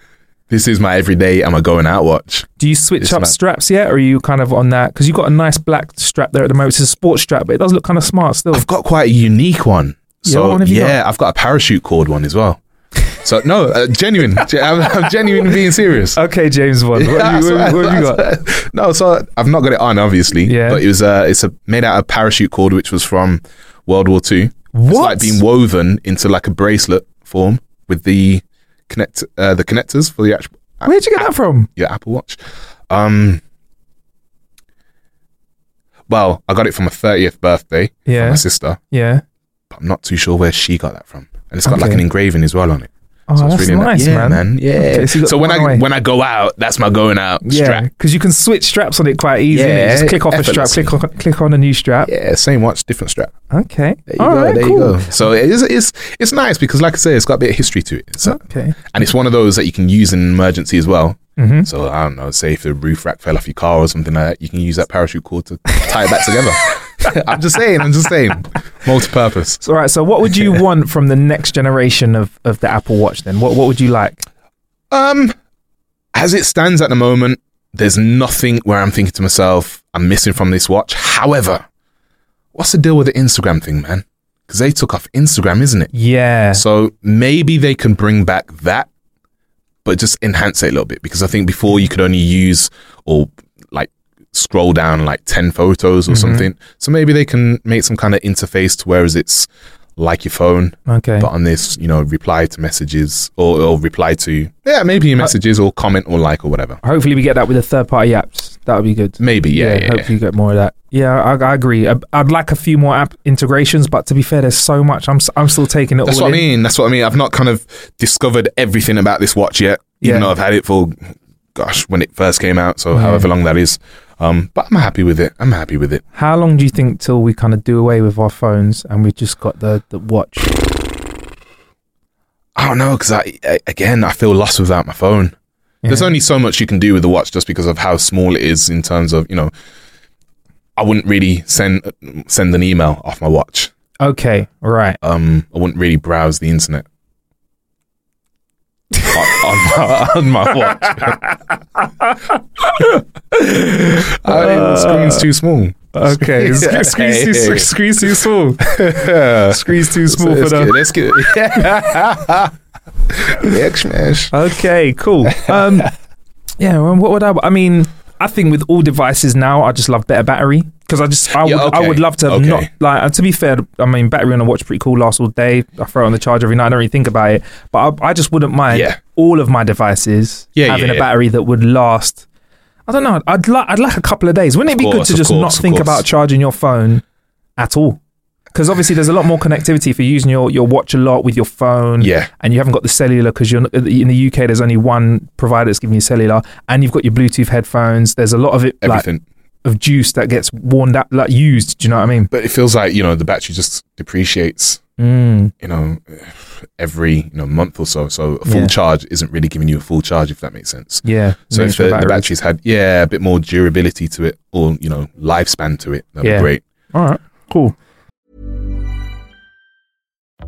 E: this is my everyday and my going out watch.
C: Do you switch
E: It's
C: up
E: mad.
C: straps yet, or are you kind of on that? Because you've got a nice black strap there at the moment. It's a sports strap, but it does look kind of smart still.
E: I've got quite a unique one.
C: Yeah,
E: So
C: what one have Oh. you
E: yeah, I've got a parachute cord one as well. So no, uh, genuine. Ge- I'm, I'm genuinely being serious.
C: Okay, James Bond. What have you, what have
E: That's
C: you- what have you got?
E: that's what- No, so I've not got it on, obviously.
C: Yeah.
E: But it was uh, it's a made out of parachute cord, which was from World War Two. It's
C: What?
E: like being woven into like a bracelet form with the connect uh, the connectors for the actual
C: Where'd you get that from?
E: your Apple Watch. Um. Well, I got it for my thirtieth birthday from
C: Yeah.
E: my sister,
C: Yeah.
E: but I'm not too sure where she got that from. And it's got like
C: Okay.
E: an engraving as well on it.
C: Oh,
E: it's
C: that's nice,
E: yeah,
C: man.
E: Yeah.
C: Okay, so you got
E: so when
C: one
E: I
C: away.
E: when I go out, that's my going out
C: Yeah,
E: strap.
C: because you can switch straps on it quite easy. innit?
E: Yeah,
C: Just click off a
E: effortlessly.
C: strap, click on, click on a new strap.
E: Yeah, same watch, different strap.
C: Okay.
E: There you
C: All
E: go.
C: right,
E: there
C: cool.
E: you go. So it is, it's it's nice because, like I say, it's got a bit of history to it. So,
C: Okay.
E: and it's one of those that you can use in an emergency as well.
C: Mm-hmm.
E: So I don't know, say if the roof rack fell off your car or something like that, you can use that parachute cord to tie it back together. I'm just saying. I'm just saying. Multi-purpose.
C: So, all right. So, what would you want from the next generation of, of the Apple Watch? Then, what what would you like?
E: Um, as it stands at the moment, there's nothing where I'm thinking to myself, I'm missing from this watch. However, what's the deal with the Instagram thing, man? Because they took off Instagram, isn't it?
C: Yeah.
E: So maybe they can bring back that, but just enhance it a little bit because I think before you could only use or like scroll down like 10 photos or something. So maybe they can make some kind of interface to whereas it's like your phone,
C: Okay.
E: but on this, you know, reply to messages or, or reply to, yeah, maybe your messages or comment or like or whatever.
C: Hopefully, we get that with the third party apps. That would be good.
E: Maybe, yeah, yeah,
C: Hopefully, you get more of that. Yeah, I, I agree. I, I'd like a few more app integrations, but to be fair, there's so much. I'm s- I'm still taking it
E: That's
C: all
E: what I
C: in.
E: mean. That's what I mean. I've not kind of discovered everything about this watch yet, even
C: Yeah.
E: though I've had it for, gosh, when it first came out. So however long that is. Um, but I'm happy with it. I'm happy with it.
C: How long do you think till we kind of do away with our phones and we've just got the, the watch?
E: I don't know because I, I again I feel lost without my phone. There's
C: Yeah.
E: only so much you can do with the watch just because of how small it is in terms of you know. I wouldn't really send send an email off my watch.
C: Okay, right.
E: Um, I wouldn't really browse the internet on, on my, on my watch. I mean, the Uh, screen's too small.
C: Uh, Okay, sque- squeeze too-
E: Hey.
C: squeeze too small. Squeeze too small for
E: Let's get,
C: the.
E: let's get Yuck, smash.
C: Okay, cool. Um, yeah, well, what would I? I mean, I think with all devices now, I just love better battery because I just I would
E: Yeah,
C: I
E: okay,
C: would love to have
E: okay.
C: not like. And to be fair, I mean, battery on a watch pretty cool. Lasts all day. I throw it on the charge every night. I don't really think about it, but I, I just wouldn't mind
E: Yeah.
C: all of my devices
E: Yeah,
C: having
E: yeah,
C: a
E: yeah.
C: battery that would last. I don't know. I'd like I'd like a couple of days. Wouldn't it be
E: course,
C: good to
E: of
C: just
E: course,
C: not
E: of
C: think
E: course.
C: about charging your phone at all? Because obviously, there's a lot more connectivity for using your, your watch a lot with your phone.
E: Yeah.
C: And you haven't got the cellular because you're not- uh, in the UK. There's only one provider that's giving you cellular, and you've got your Bluetooth headphones. There's a lot of it,
E: Everything.
C: like of juice that gets worn out, like used. Do you know what I mean?
E: but it feels like you know the battery just depreciates
C: Mm,
E: you know every you know month or so so a full
C: Yeah.
E: charge isn't really giving you a full charge if that makes sense
C: Yeah.
E: so if
C: miniature
E: the, the
C: batteries.
E: battery's had yeah a bit more durability to it or you know lifespan to it that'd
C: Yeah.
E: be great
C: All right. Cool.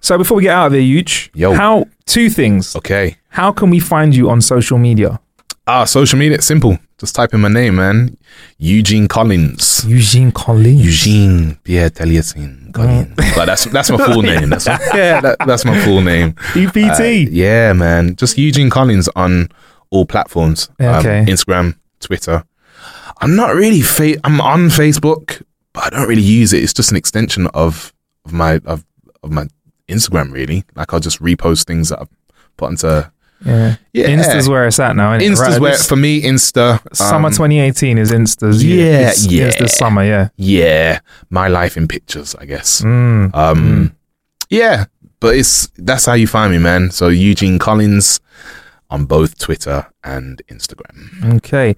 C: So before we get out of here, huge.
E: Yo.
C: How two things.
E: okay
C: How can we find you on social media?
E: ah social media it's simple just type in my name man Eugene Collins
C: Eugene Collins.
E: Eugene Pierre Taliesin Collins but that's that's my full name that's my, yeah that, that's my full name
C: EPT.
E: Uh, yeah, man. Just Eugene Collins on all platforms. Um,
C: Yeah, okay.
E: Instagram, Twitter. I'm not really. Fa- I'm on Facebook, but I don't really use it. It's just an extension of, of my of, of my Instagram really. Like I'll just repost things that I've put into
C: Yeah.
E: Yeah.
C: Insta's where it's at now. Isn't it?
E: Insta's
C: Right,
E: where
C: this
E: for me Insta
C: summer
E: um,
C: 2018 is Insta's. year.
E: Yeah,
C: It's, It's
E: yeah.
C: the summer. Yeah.
E: yeah, my life in pictures, I guess.
C: Mm.
E: Um, yeah, but it's that's how you find me, man. So Eugene Collins on both Twitter and Instagram.
C: Okay.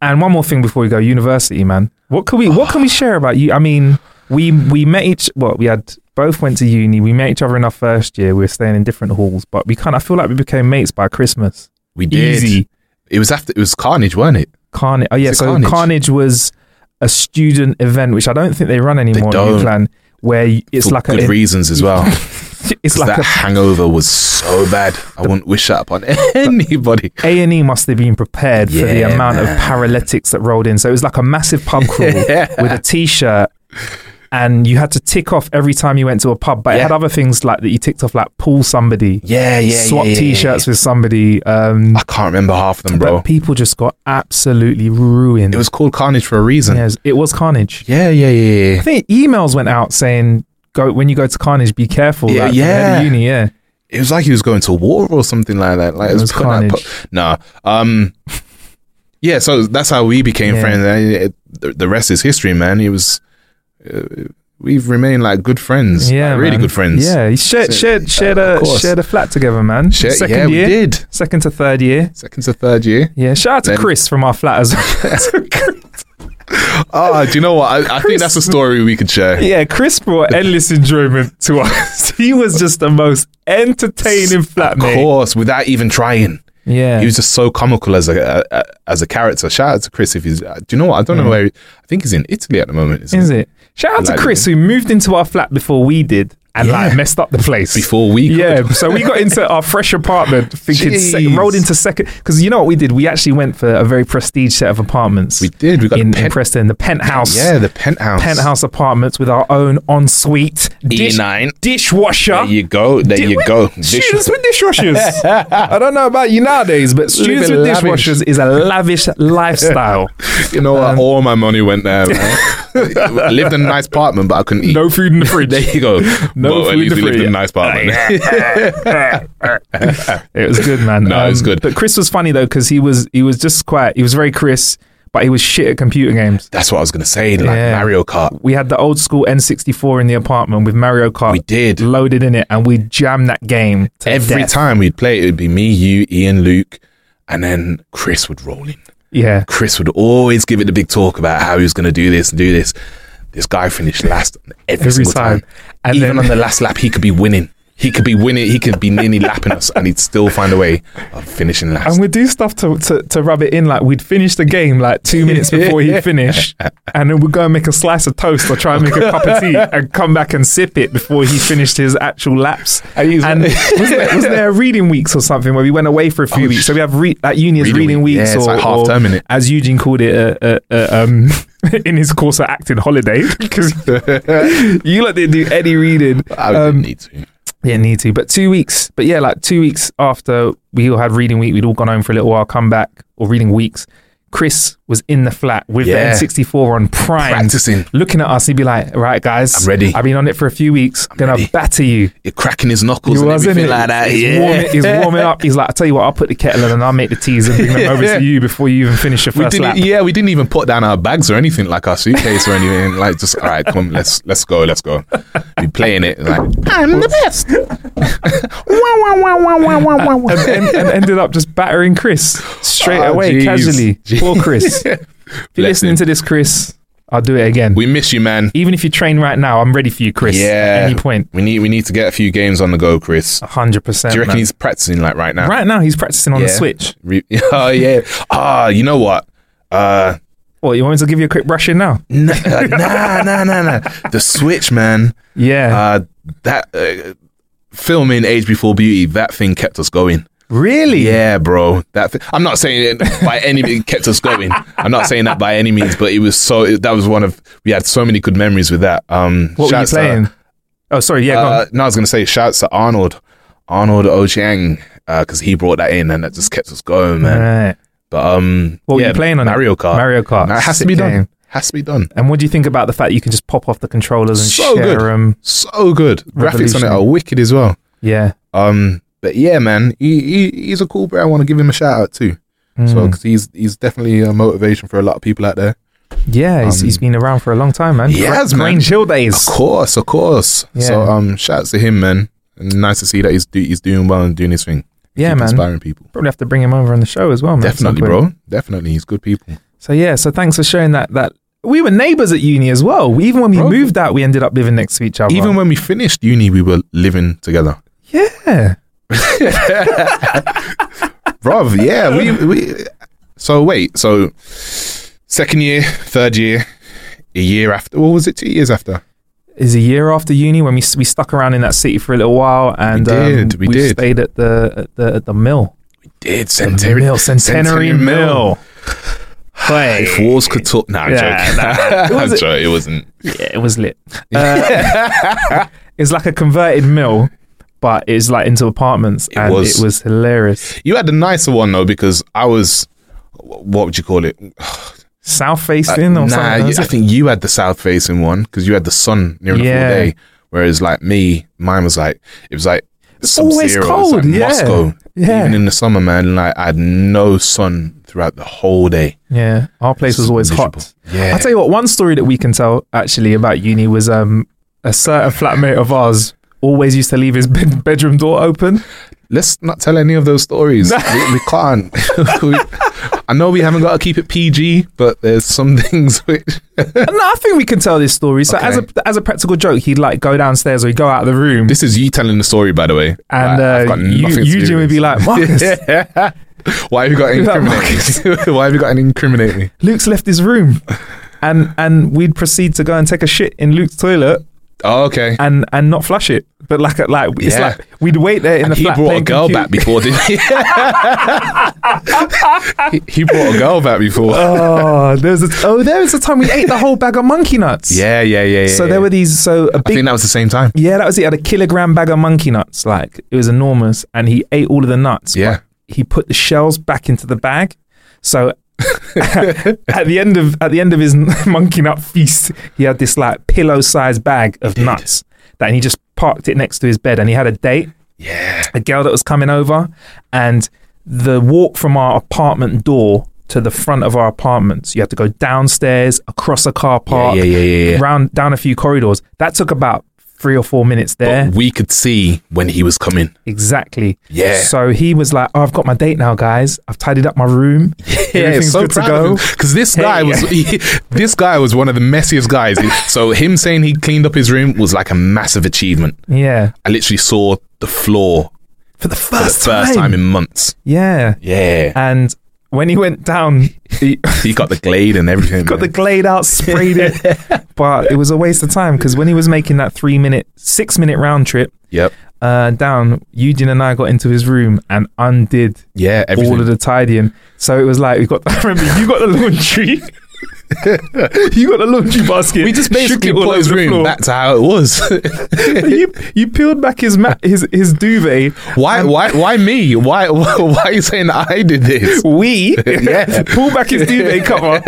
C: And one more thing before we go, university, man. What can we what can we share about you? I mean, we we met each well, we had both went to uni. We met each other in our first year. We were staying in different halls, but we kind of I feel like we became mates by Christmas.
E: We did.
C: Easy.
E: It was after it was Carnage, weren't it?
C: Carnage. Oh yeah,
E: Is it
C: so
E: Carnage?
C: Carnage? was a student event, which I don't think they run anymore. in
E: don't.
C: Newclan, where y- it's
E: For
C: like
E: good
C: a
E: reasons as well.
C: it's
E: 'Cause
C: like
E: that
C: a
E: hangover was so bad. I wouldn't wish that upon anybody.
C: A and E must have been prepared for the
E: Yeah,
C: amount of paralytics that rolled in. So it was like a massive pub crawl with a T-shirt, and you had to tick off every time you went to a pub. But it
E: Yeah.
C: had other things like that you ticked off, like pull somebody,
E: Yeah, yeah,
C: swap
E: yeah, yeah,
C: T-shirts with somebody. Um,
E: I can't remember half of them, bro.
C: but people just got absolutely ruined.
E: It was called Carnage for a reason.
C: Yes, it was carnage.
E: Yeah, yeah, yeah,
C: I
E: yeah.
C: think emails went out saying. Go when you go to Carnage, be careful.
E: Yeah,
C: like, from the head of
E: yeah.
C: Uni, yeah.
E: It was like he was going to war or something like that. Like
C: It
E: it was,
C: was
E: putting out
C: Carnage.
E: po- nah. Um. Yeah, so that's how we became
C: Yeah.
E: friends. And it- The, the rest is history, man. It was. Uh, we've remained like good friends.
C: Yeah,
E: like, really
C: man.
E: good friends.
C: Yeah, you shared
E: So,
C: shared shared
E: uh, of
C: a
E: course.
C: shared a flat together, man.
E: Share-
C: second
E: yeah,
C: year,
E: we did.
C: second to third year.
E: Second to third year.
C: Yeah, shout out to
E: Then-
C: Chris from our flat as well.
E: Oh, do you know what? I, I think
C: Chris-
E: that's a story we could share.
C: yeah, Chris brought endless enjoyment to us. He was just the most entertaining
E: Of
C: flatmate.
E: course, without even trying.
C: Yeah,
E: He was just so comical as a, a, a as a character. Shout out to Chris if he's. uh, Do you know what? I don't know where. he- I think he's in Italy at the moment. Isn't he?
C: is it? Shout out to
E: Like-
C: Chris who moved into our flat before we did and like
E: Yeah.
C: messed up the place
E: Before we could.
C: Yeah, so we got into our fresh apartment thinking sec-
E: Jeez.
C: rolled into second because you know what we did? We actually went for a very prestige set of apartments.
E: We did. We got
C: in,
E: the
C: in
E: pent-
C: Preston, the penthouse.
E: Yeah, the penthouse.
C: penthouse apartments with our own ensuite dish,
E: E9.
C: dishwasher.
E: E There you go. There
C: Di-
E: you
C: we-
E: go.
C: students with dishwashers. I don't know about you nowadays, but students with
E: Living lavish.
C: dishwashers is a lavish lifestyle.
E: You know
C: Um,
E: what? All my money went there. Man. I lived in a nice apartment, but I couldn't eat.
C: No food in the fridge.
E: There you go.
C: No
E: well,
C: food
E: at
C: in
E: least
C: the
E: we lived
C: fridge.
E: in a nice apartment.
C: It was good, man. Um,
E: No, it was good.
C: But Chris was funny though because he was he was just quiet. He was very Chris, but he was shit at computer games.
E: That's what I was gonna say. Like
C: Yeah.
E: Mario Kart.
C: We had the old school N64 in the apartment with Mario Kart.
E: We did.
C: loaded in it, and we jammed that game to
E: Every
C: death.
E: time we'd play, it would be me, you, Ian, Luke, and then Chris would roll in.
C: Yeah,
E: Chris would always give it the big talk about how he was going to do this and do this. This guy finished last every,
C: Every
E: single
C: time.
E: time.
C: And
E: Even
C: then-
E: on the last lap, he could be winning. He could be winning. He could be nearly lapping us, and he'd still find a way of finishing last.
C: And we'd do stuff to, to, to rub it in. Like we'd finish the game like two minutes before he'd finish. And then we'd go and make a slice of toast or try and make a cup of tea and come back and sip it before he finished his actual laps.
E: And he's-
C: And wasn't there, wasn't there reading weeks or something where we went away for a few
E: Oh,
C: weeks? So
E: sh-
C: we have re- like uni is
E: Reading
C: reading
E: week. Yeah,
C: weeks
E: it's
C: or,
E: like half
C: or
E: term, innit?
C: as Eugene called it, uh, uh, uh, um, in his course of acting holiday. Because you lot didn't do any reading.
E: I didn't
C: um,
E: need to.
C: Yeah, need to. But two weeks. But yeah, like two weeks after we all had reading week, we'd all gone home for a little while, come back, or reading weeks. Chris was in the flat with
E: Yeah.
C: the N64 on Prime.
E: Practicing.
C: Looking at us, he'd be like, right, guys.
E: I'm ready.
C: I've been on it for a few weeks. gonna
E: ready."
C: batter you.
E: You're cracking his knuckles
C: You
E: and
C: was,
E: everything
C: innit?
E: like that.
C: He's,
E: yeah.
C: warming, he's warming up. He's like, I tell you what, I'll put the kettle on and I'll make the teas and bring them over to you before you even finish your
E: We
C: first
E: didn't, e,
C: lap.
E: yeah, we didn't even put down our bags or anything, like our suitcase or anything. Like, just all right, come, let's let's go, let's go. Be playing it. Like, I'm the best.
C: and, and, and ended up just battering Chris straight
E: Oh,
C: away,
E: jeez.
C: casually. Poor Chris. if you're
E: Bless
C: listening
E: him.
C: to this, Chris, I'll do it again.
E: We miss you, man.
C: Even if you train right now, I'm ready for you, Chris.
E: Yeah.
C: At any point.
E: We need we need to get a few games on the go, Chris.
C: 100%.
E: Do you reckon
C: man.
E: he's practicing like right now?
C: right now, he's practicing on the
E: Yeah.
C: Switch.
E: Re- oh yeah. Ah, you know what? Uh,
C: What, you want me to give you a quick brush in now?
E: n- uh, nah, nah, nah, nah. The Switch, man.
C: Yeah.
E: Uh, that uh, filming Age Before Beauty, that thing kept us going.
C: really?
E: Yeah, bro. That th- I'm not saying it by any means kept us going. I'm not saying that by any means, but it was so. It, that was one of we had so many good memories with that. Um,
C: What were you
E: shouts to-
C: playing? oh, sorry. Yeah,
E: uh,
C: go
E: no, I was going to say shouts to Arnold, Arnold Ochiang, because he brought that in and that just kept us going,
C: on.
E: man.
C: Right.
E: But um,
C: What were
E: yeah,
C: you playing on it?
E: Mario Kart?
C: Mario Kart.
E: That has to
C: Sick
E: be done.
C: game.
E: Has to be done.
C: And what do you think about the fact that you can just pop off the controllers and
E: So
C: share
E: good.
C: them?
E: So good. Graphics on it are
C: Revolutionary.
E: wicked as well.
C: Yeah.
E: Um, but yeah, man, he, he he's a cool bro. I want to give him a shout out too. So
C: Mm.
E: 'cause he's he's definitely a motivation for a lot of people out there.
C: yeah, he's,
E: um,
C: he's been around for a long time, man.
E: He has, man.
C: Grange Hill
E: Of
C: days.
E: course, of course. So
C: Yeah.
E: um, shout out to him, man. And nice to see that he's do, he's doing well and doing his thing.
C: Yeah,
E: Keep
C: man.
E: Inspiring people.
C: Probably have to bring him over on the show as well, man. at some
E: Definitely,
C: point.
E: bro. Definitely, he's good people.
C: So yeah, so thanks for sharing that. That we were neighbors at uni as well. We, even when we
E: Bro.
C: moved out, we ended up living next to each other.
E: Even when we finished uni, we were living together.
C: yeah,
E: Bruv, yeah, we we. So wait, so second year, third year, a year after. What was it? Two years after.
C: is a year after uni when we s- we stuck around in that city for a little while, and um,
E: did, we did.
C: stayed at the at the at the mill,
E: Did
C: The mill, centenary mill. Hey.
E: If walls could talk, nah, I'm
C: Yeah,
E: joking.
C: nah, it
E: I'm
C: wasn't-
E: joking. It wasn't.
C: Yeah, it was lit. Uh, it's like a converted mill, but it's like into apartments, and
E: was.
C: it was hilarious.
E: You had the nicer one though, because I was. What would you call it?
C: South facing or
E: Uh, nah,
C: something.
E: you-
C: was
E: I
C: it?
E: think you had the south facing one because you had the sun near enough
C: Yeah.
E: all day. Whereas like me, mine was like it was like
C: always
E: sub-zero, it was
C: cold,
E: like
C: yeah.
E: Moscow.
C: Yeah.
E: Even in the summer, man, like I had no sun throughout the whole day.
C: Yeah, our place was always
E: miserable.
C: hot.
E: Yeah.
C: I'll tell you what, one story that we can tell actually about uni was um, a certain flatmate of ours always used to leave his bed- bedroom door open.
E: Let's not tell any of those stories. we, we can't. We- I know we haven't got to keep it PG, but there's some things which
C: no, I think we can tell this story. So as a
E: Okay.
C: as a practical joke, he'd like go downstairs or he'd go out of the room.
E: This is you telling the story, by the way.
C: and
E: I-
C: uh,
E: I've got
C: you,
E: nothing to do
C: Eugene
E: with
C: would be
E: this.
C: like, Marcus,
E: "Why have you got to
C: You're like,
E: incriminate me? Why have you got to incriminate me?"
C: Luke's left his room. And and we'd proceed to go and take a shit in Luke's toilet
E: Oh, okay.
C: and and not flush it. But like like it's
E: Yeah.
C: like we'd wait there in
E: And
C: the
E: he
C: flat
E: brought a
C: playing
E: girl
C: compute-
E: back before, didn't he? he? He brought a girl back before.
C: Oh, there was a, oh, there was a time we ate the whole bag of monkey nuts.
E: yeah, yeah, yeah, yeah.
C: So
E: yeah.
C: there were these. So a
E: I
C: big.
E: think that was the same time.
C: yeah, that was it. Had a kilogram bag of monkey nuts. Like it was enormous, and he ate all of the nuts.
E: Yeah.
C: but He put the shells back into the bag. So at the end of at the end of his monkey nut feast, he had this like pillow sized bag of nuts that and he just parked it next to his bed, and he had a date
E: Yeah.
C: a girl that was coming over, and the walk from our apartment door to the front of our apartments, you had to go downstairs, across a car park,
E: yeah, yeah, yeah, yeah.
C: round down a few corridors. That took about three or four minutes there.
E: But we could see when he was coming.
C: exactly.
E: Yeah.
C: So he was like, "Oh, I've got my date now, guys. I've tidied up my room. Everything's good to go."
E: Because this guy was this guy was one of the messiest guys. so him saying he cleaned up his room was like a massive achievement.
C: Yeah.
E: I literally saw the floor
C: For the
E: for
C: first,
E: the first time in months.
C: yeah.
E: Yeah.
C: And when he went down, he
E: he got the glade and everything.
C: got the
E: man.
C: glade out, sprayed it. but it was a waste of time because when he was making that three minute, six minute round trip,
E: Yep.
C: uh, down, Eugene and I got into his room and undid
E: Yeah, everything.
C: all of the tidying. So it was like we got. I remember you got the laundry. you got the laundry basket.
E: we just
C: shook
E: basically
C: it all
E: put
C: over
E: his
C: the
E: room
C: floor.
E: back to how it was.
C: you, you peeled back his ma- his his duvet.
E: why? Why? Why me? Why? Why are you saying I did this?
C: We
E: Yeah.
C: pulled back his duvet cover.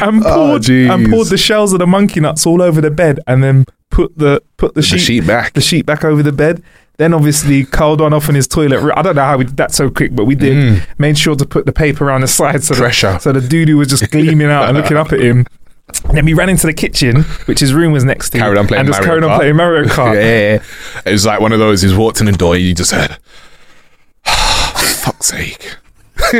C: And poured, and
E: Oh, jeez.
C: poured the shells of the monkey nuts all over the bed, and then put the put the,
E: The sheet back.
C: the sheet back over the bed. Then obviously curled one off in his toilet. I don't know how we did that so quick, but we did. Made sure to put the paper around the side so
E: Mm. Pressure.
C: The, so the doo was just gleaming out and looking up at him. Then we ran into the kitchen, which his room was next to,
E: Carried on playing
C: and just
E: Mario
C: carried on
E: Kart.
C: playing Mario Kart.
E: yeah, it was like one of those. He's walked in the door. You just heard, "Fuck's sake."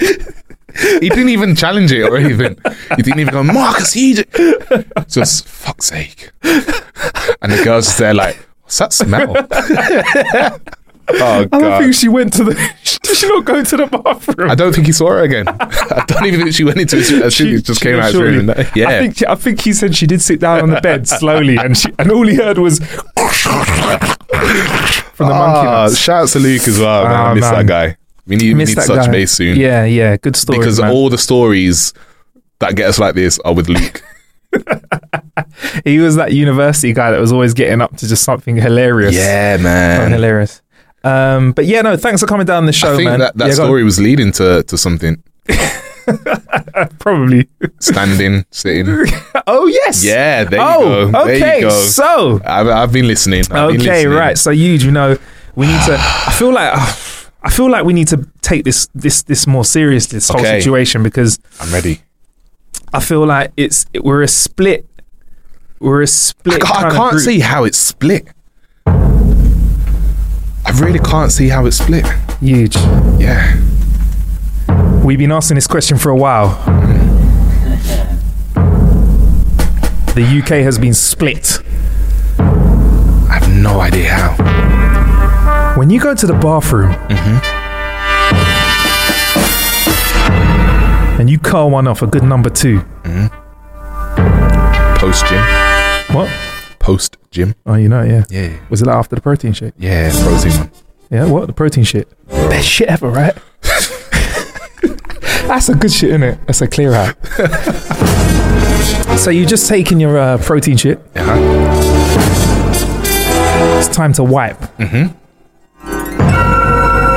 E: he didn't even challenge it or anything. He didn't even go, Marcus, he j-" just fuck's sake. And the girl's just there like, what's that smell? oh
C: I
E: god.
C: don't think she went to the. Did she not go to the bathroom?
E: I don't think he saw her again. I don't even think she went into his room. I think it just came out his
C: surely-
E: room. and that- Yeah.
C: I think, I think he said she did sit down on the bed slowly, and she and all he heard was from the monkey
E: Ah,
C: nuts.
E: shout out to Luke as well. man.
C: Ah,
E: I miss
C: man.
E: that guy. We need, we
C: Miss
E: need
C: that
E: such
C: guy.
E: base soon.
C: Yeah, yeah, good story.
E: because all the stories that get us like this are with Luke.
C: he was that university guy that was always getting up to just something hilarious. Something
E: man.
C: hilarious. Um, but yeah, no, thanks for coming down the show,
E: I think
C: man.
E: that, that
C: Yeah, go on.
E: story was leading to, to something.
C: Probably.
E: Standing, sitting.
C: oh yes.
E: Yeah, there you
C: oh,
E: go.
C: Okay.
E: There you go.
C: So
E: I've, I've been listening. I've been
C: okay,
E: listening.
C: right. So you, you know, we need to. I feel like I feel like we need to take this this this more seriously. This whole
E: Okay.
C: situation because
E: I'm ready.
C: I feel like it's it, we're a split. We're a
E: I,
C: split.
E: ca- I
C: kind of
E: can't
C: group.
E: see how it's split. I really can't see how it's split.
C: Huge.
E: Yeah.
C: We've been asking this question for a while. The UK has been split.
E: I have no idea how.
C: When you go to the bathroom
E: Mm-hmm.
C: and you curl one off a good number two,
E: Post gym.
C: what?
E: Post gym.
C: Oh, you know, yeah.
E: Yeah.
C: Was it like after the protein shake?
E: Yeah, protein one.
C: Yeah, what? The protein shit. Best shit ever, right? That's a good shit, isn't it? That's a clear out. so you just taking your uh, protein shit.
E: Yeah.
C: It's time to wipe. Mm-hmm.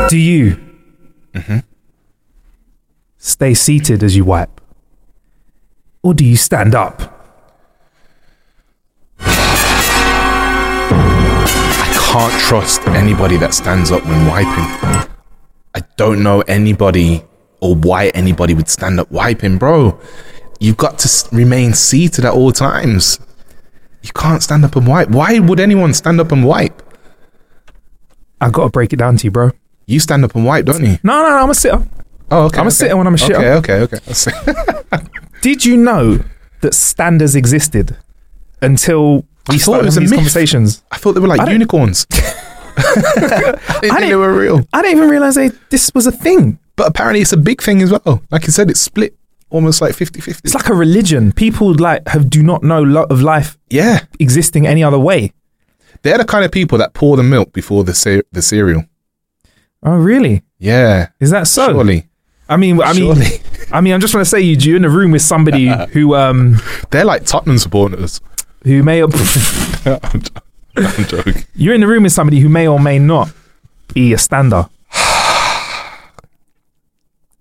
C: Do you stay seated as you wipe, or do you stand up?
E: I can't trust anybody that stands up when wiping. I don't know anybody or why anybody would stand up wiping, bro. You've got to s- remain seated at all times. You can't stand up and wipe. Why would anyone stand up and wipe?
C: I gotta break it down to you, bro.
E: You stand up and wipe, don't you?
C: No, no, no I'm a sitter.
E: Oh, okay.
C: I'm a
E: okay.
C: sitter when I'm a shitter.
E: Okay, okay, okay.
C: Did you know that standers existed until we
E: I thought
C: started
E: it was
C: having
E: a
C: these
E: myth.
C: conversations?
E: I thought they were
C: I
E: like
C: don't-
E: unicorns. I didn't think they
C: didn't-
E: were real.
C: I didn't even realize they, this was a thing.
E: But apparently it's a big thing as well. Like you said, it's split almost like 50-50.
C: It's like a religion. People like have do not know lot of life
E: yeah.
C: existing any other way.
E: They're the kind of people that pour the milk before the ce- the cereal.
C: Oh, really?
E: Yeah.
C: Is that so?
E: Surely.
C: I mean, I mean,
E: Surely.
C: I mean, I'm just want to say you, you're in a room with somebody who, um,
E: They're like Tottenham supporters.
C: who may, or,
E: I'm, jo- I'm joking.
C: you're in a room with somebody who may or may not be a stander.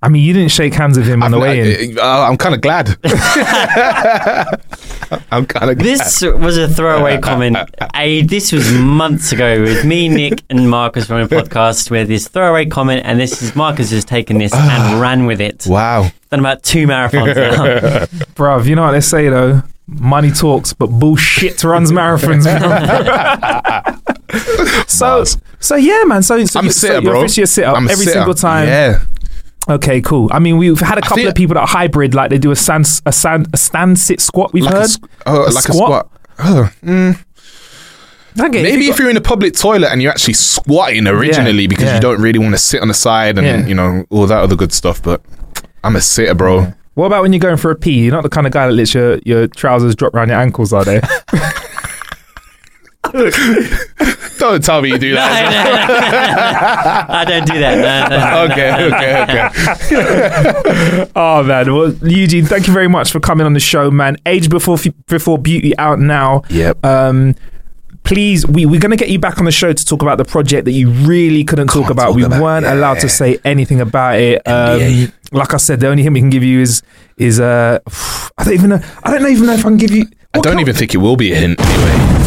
C: I mean, you didn't shake hands with him on the
E: I'm,
C: way in.
E: kind of glad. I'm kind of glad.
F: This was a throwaway comment. I, this was months ago with me, Nick, and Marcus from a podcast where this throwaway comment, and this is Marcus has taken this and ran with it.
E: wow.
F: Done about two marathons now.
C: Bruv, you know what they say though? Money talks, but bullshit runs marathons. bruv. so,
E: Bars.
C: so yeah, man. So, so
E: I'm
C: you-
E: a sitter,
C: so
E: bro.
C: You're officially a sitter
E: I'm a
C: every
E: sitter.
C: single time.
E: Yeah.
C: Okay, cool. I mean, we've had a couple
E: think-
C: of people that are hybrid, like they do a stand, a stand, a stand sit squat. We've
E: Like,
C: heard
E: a, squ- oh, like a squat. Oh,
C: Okay,
E: Maybe if you're in a public toilet and you're actually squatting originally because
C: yeah.
E: you don't really want to sit on the side and
C: Yeah.
E: you know all that other good stuff, but I'm a sitter, bro.
C: What about when you're going for a pee? You're not the kind of guy that lets your, your trousers drop around your ankles, are they?
E: Don't tell me you do that.
F: I don't do that. No, no, no.
E: okay, okay, okay.
C: oh man, well Eugene, thank you very much for coming on the show, man. Age before F- before beauty out now.
E: Yep.
C: Um, please, we we're gonna get you back on the show to talk about the project that you really couldn't talk about.
E: talk
C: we
E: about-
C: weren't
E: yeah.
C: allowed to say anything about it.
E: NDA.
C: Um, like I said, the only hint we can give you is is uh, I don't even know. I don't even know if I can give you.
E: I
C: what
E: don't
C: can
E: even think it will be a hint anyway.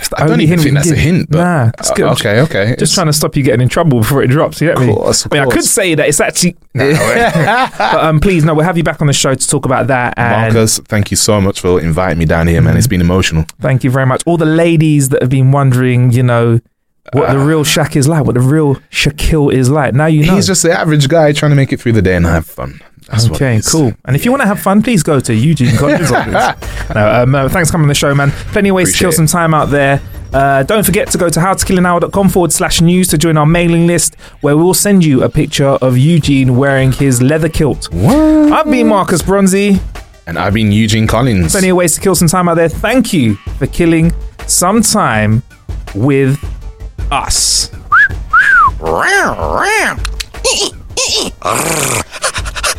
C: It's the
E: I don't
C: only
E: even
C: hint we
E: think
C: can
E: that's a
C: give.
E: hint. But uh,
C: Nah, it's good.
E: Okay, okay.
C: Just trying to stop you getting in trouble before it drops. You get me?
E: Course, of
C: I mean, I could
E: course.
C: say that it's actually. No, but um, please, no, we'll have you back on the show to talk about that. And
E: Marcus, thank you so much for inviting me down here, man. It's
C: Mm.
E: been emotional.
C: thank you very much. All the ladies that have been wondering, you know, what the real Shaq is like, what the real Shaquille is like. Now you know.
E: Uh, He's just the average guy trying to make it through the day and have fun. That's what it
C: Okay,
E: is.
C: cool. And if you want to have fun, please go to Eugene Collins' office. No, um, uh, thanks for coming on the show, man. Plenty of ways to kill some
E: Appreciate
C: time out there. Uh, don't forget to go to howtokillanhour.com forward slash news to join our mailing list, where we will send you a picture of Eugene wearing his leather kilt. I've been Marcus Bronzy.
E: And I've been Eugene Collins.
C: Plenty of ways to kill some time out there. Thank you for killing some time with us.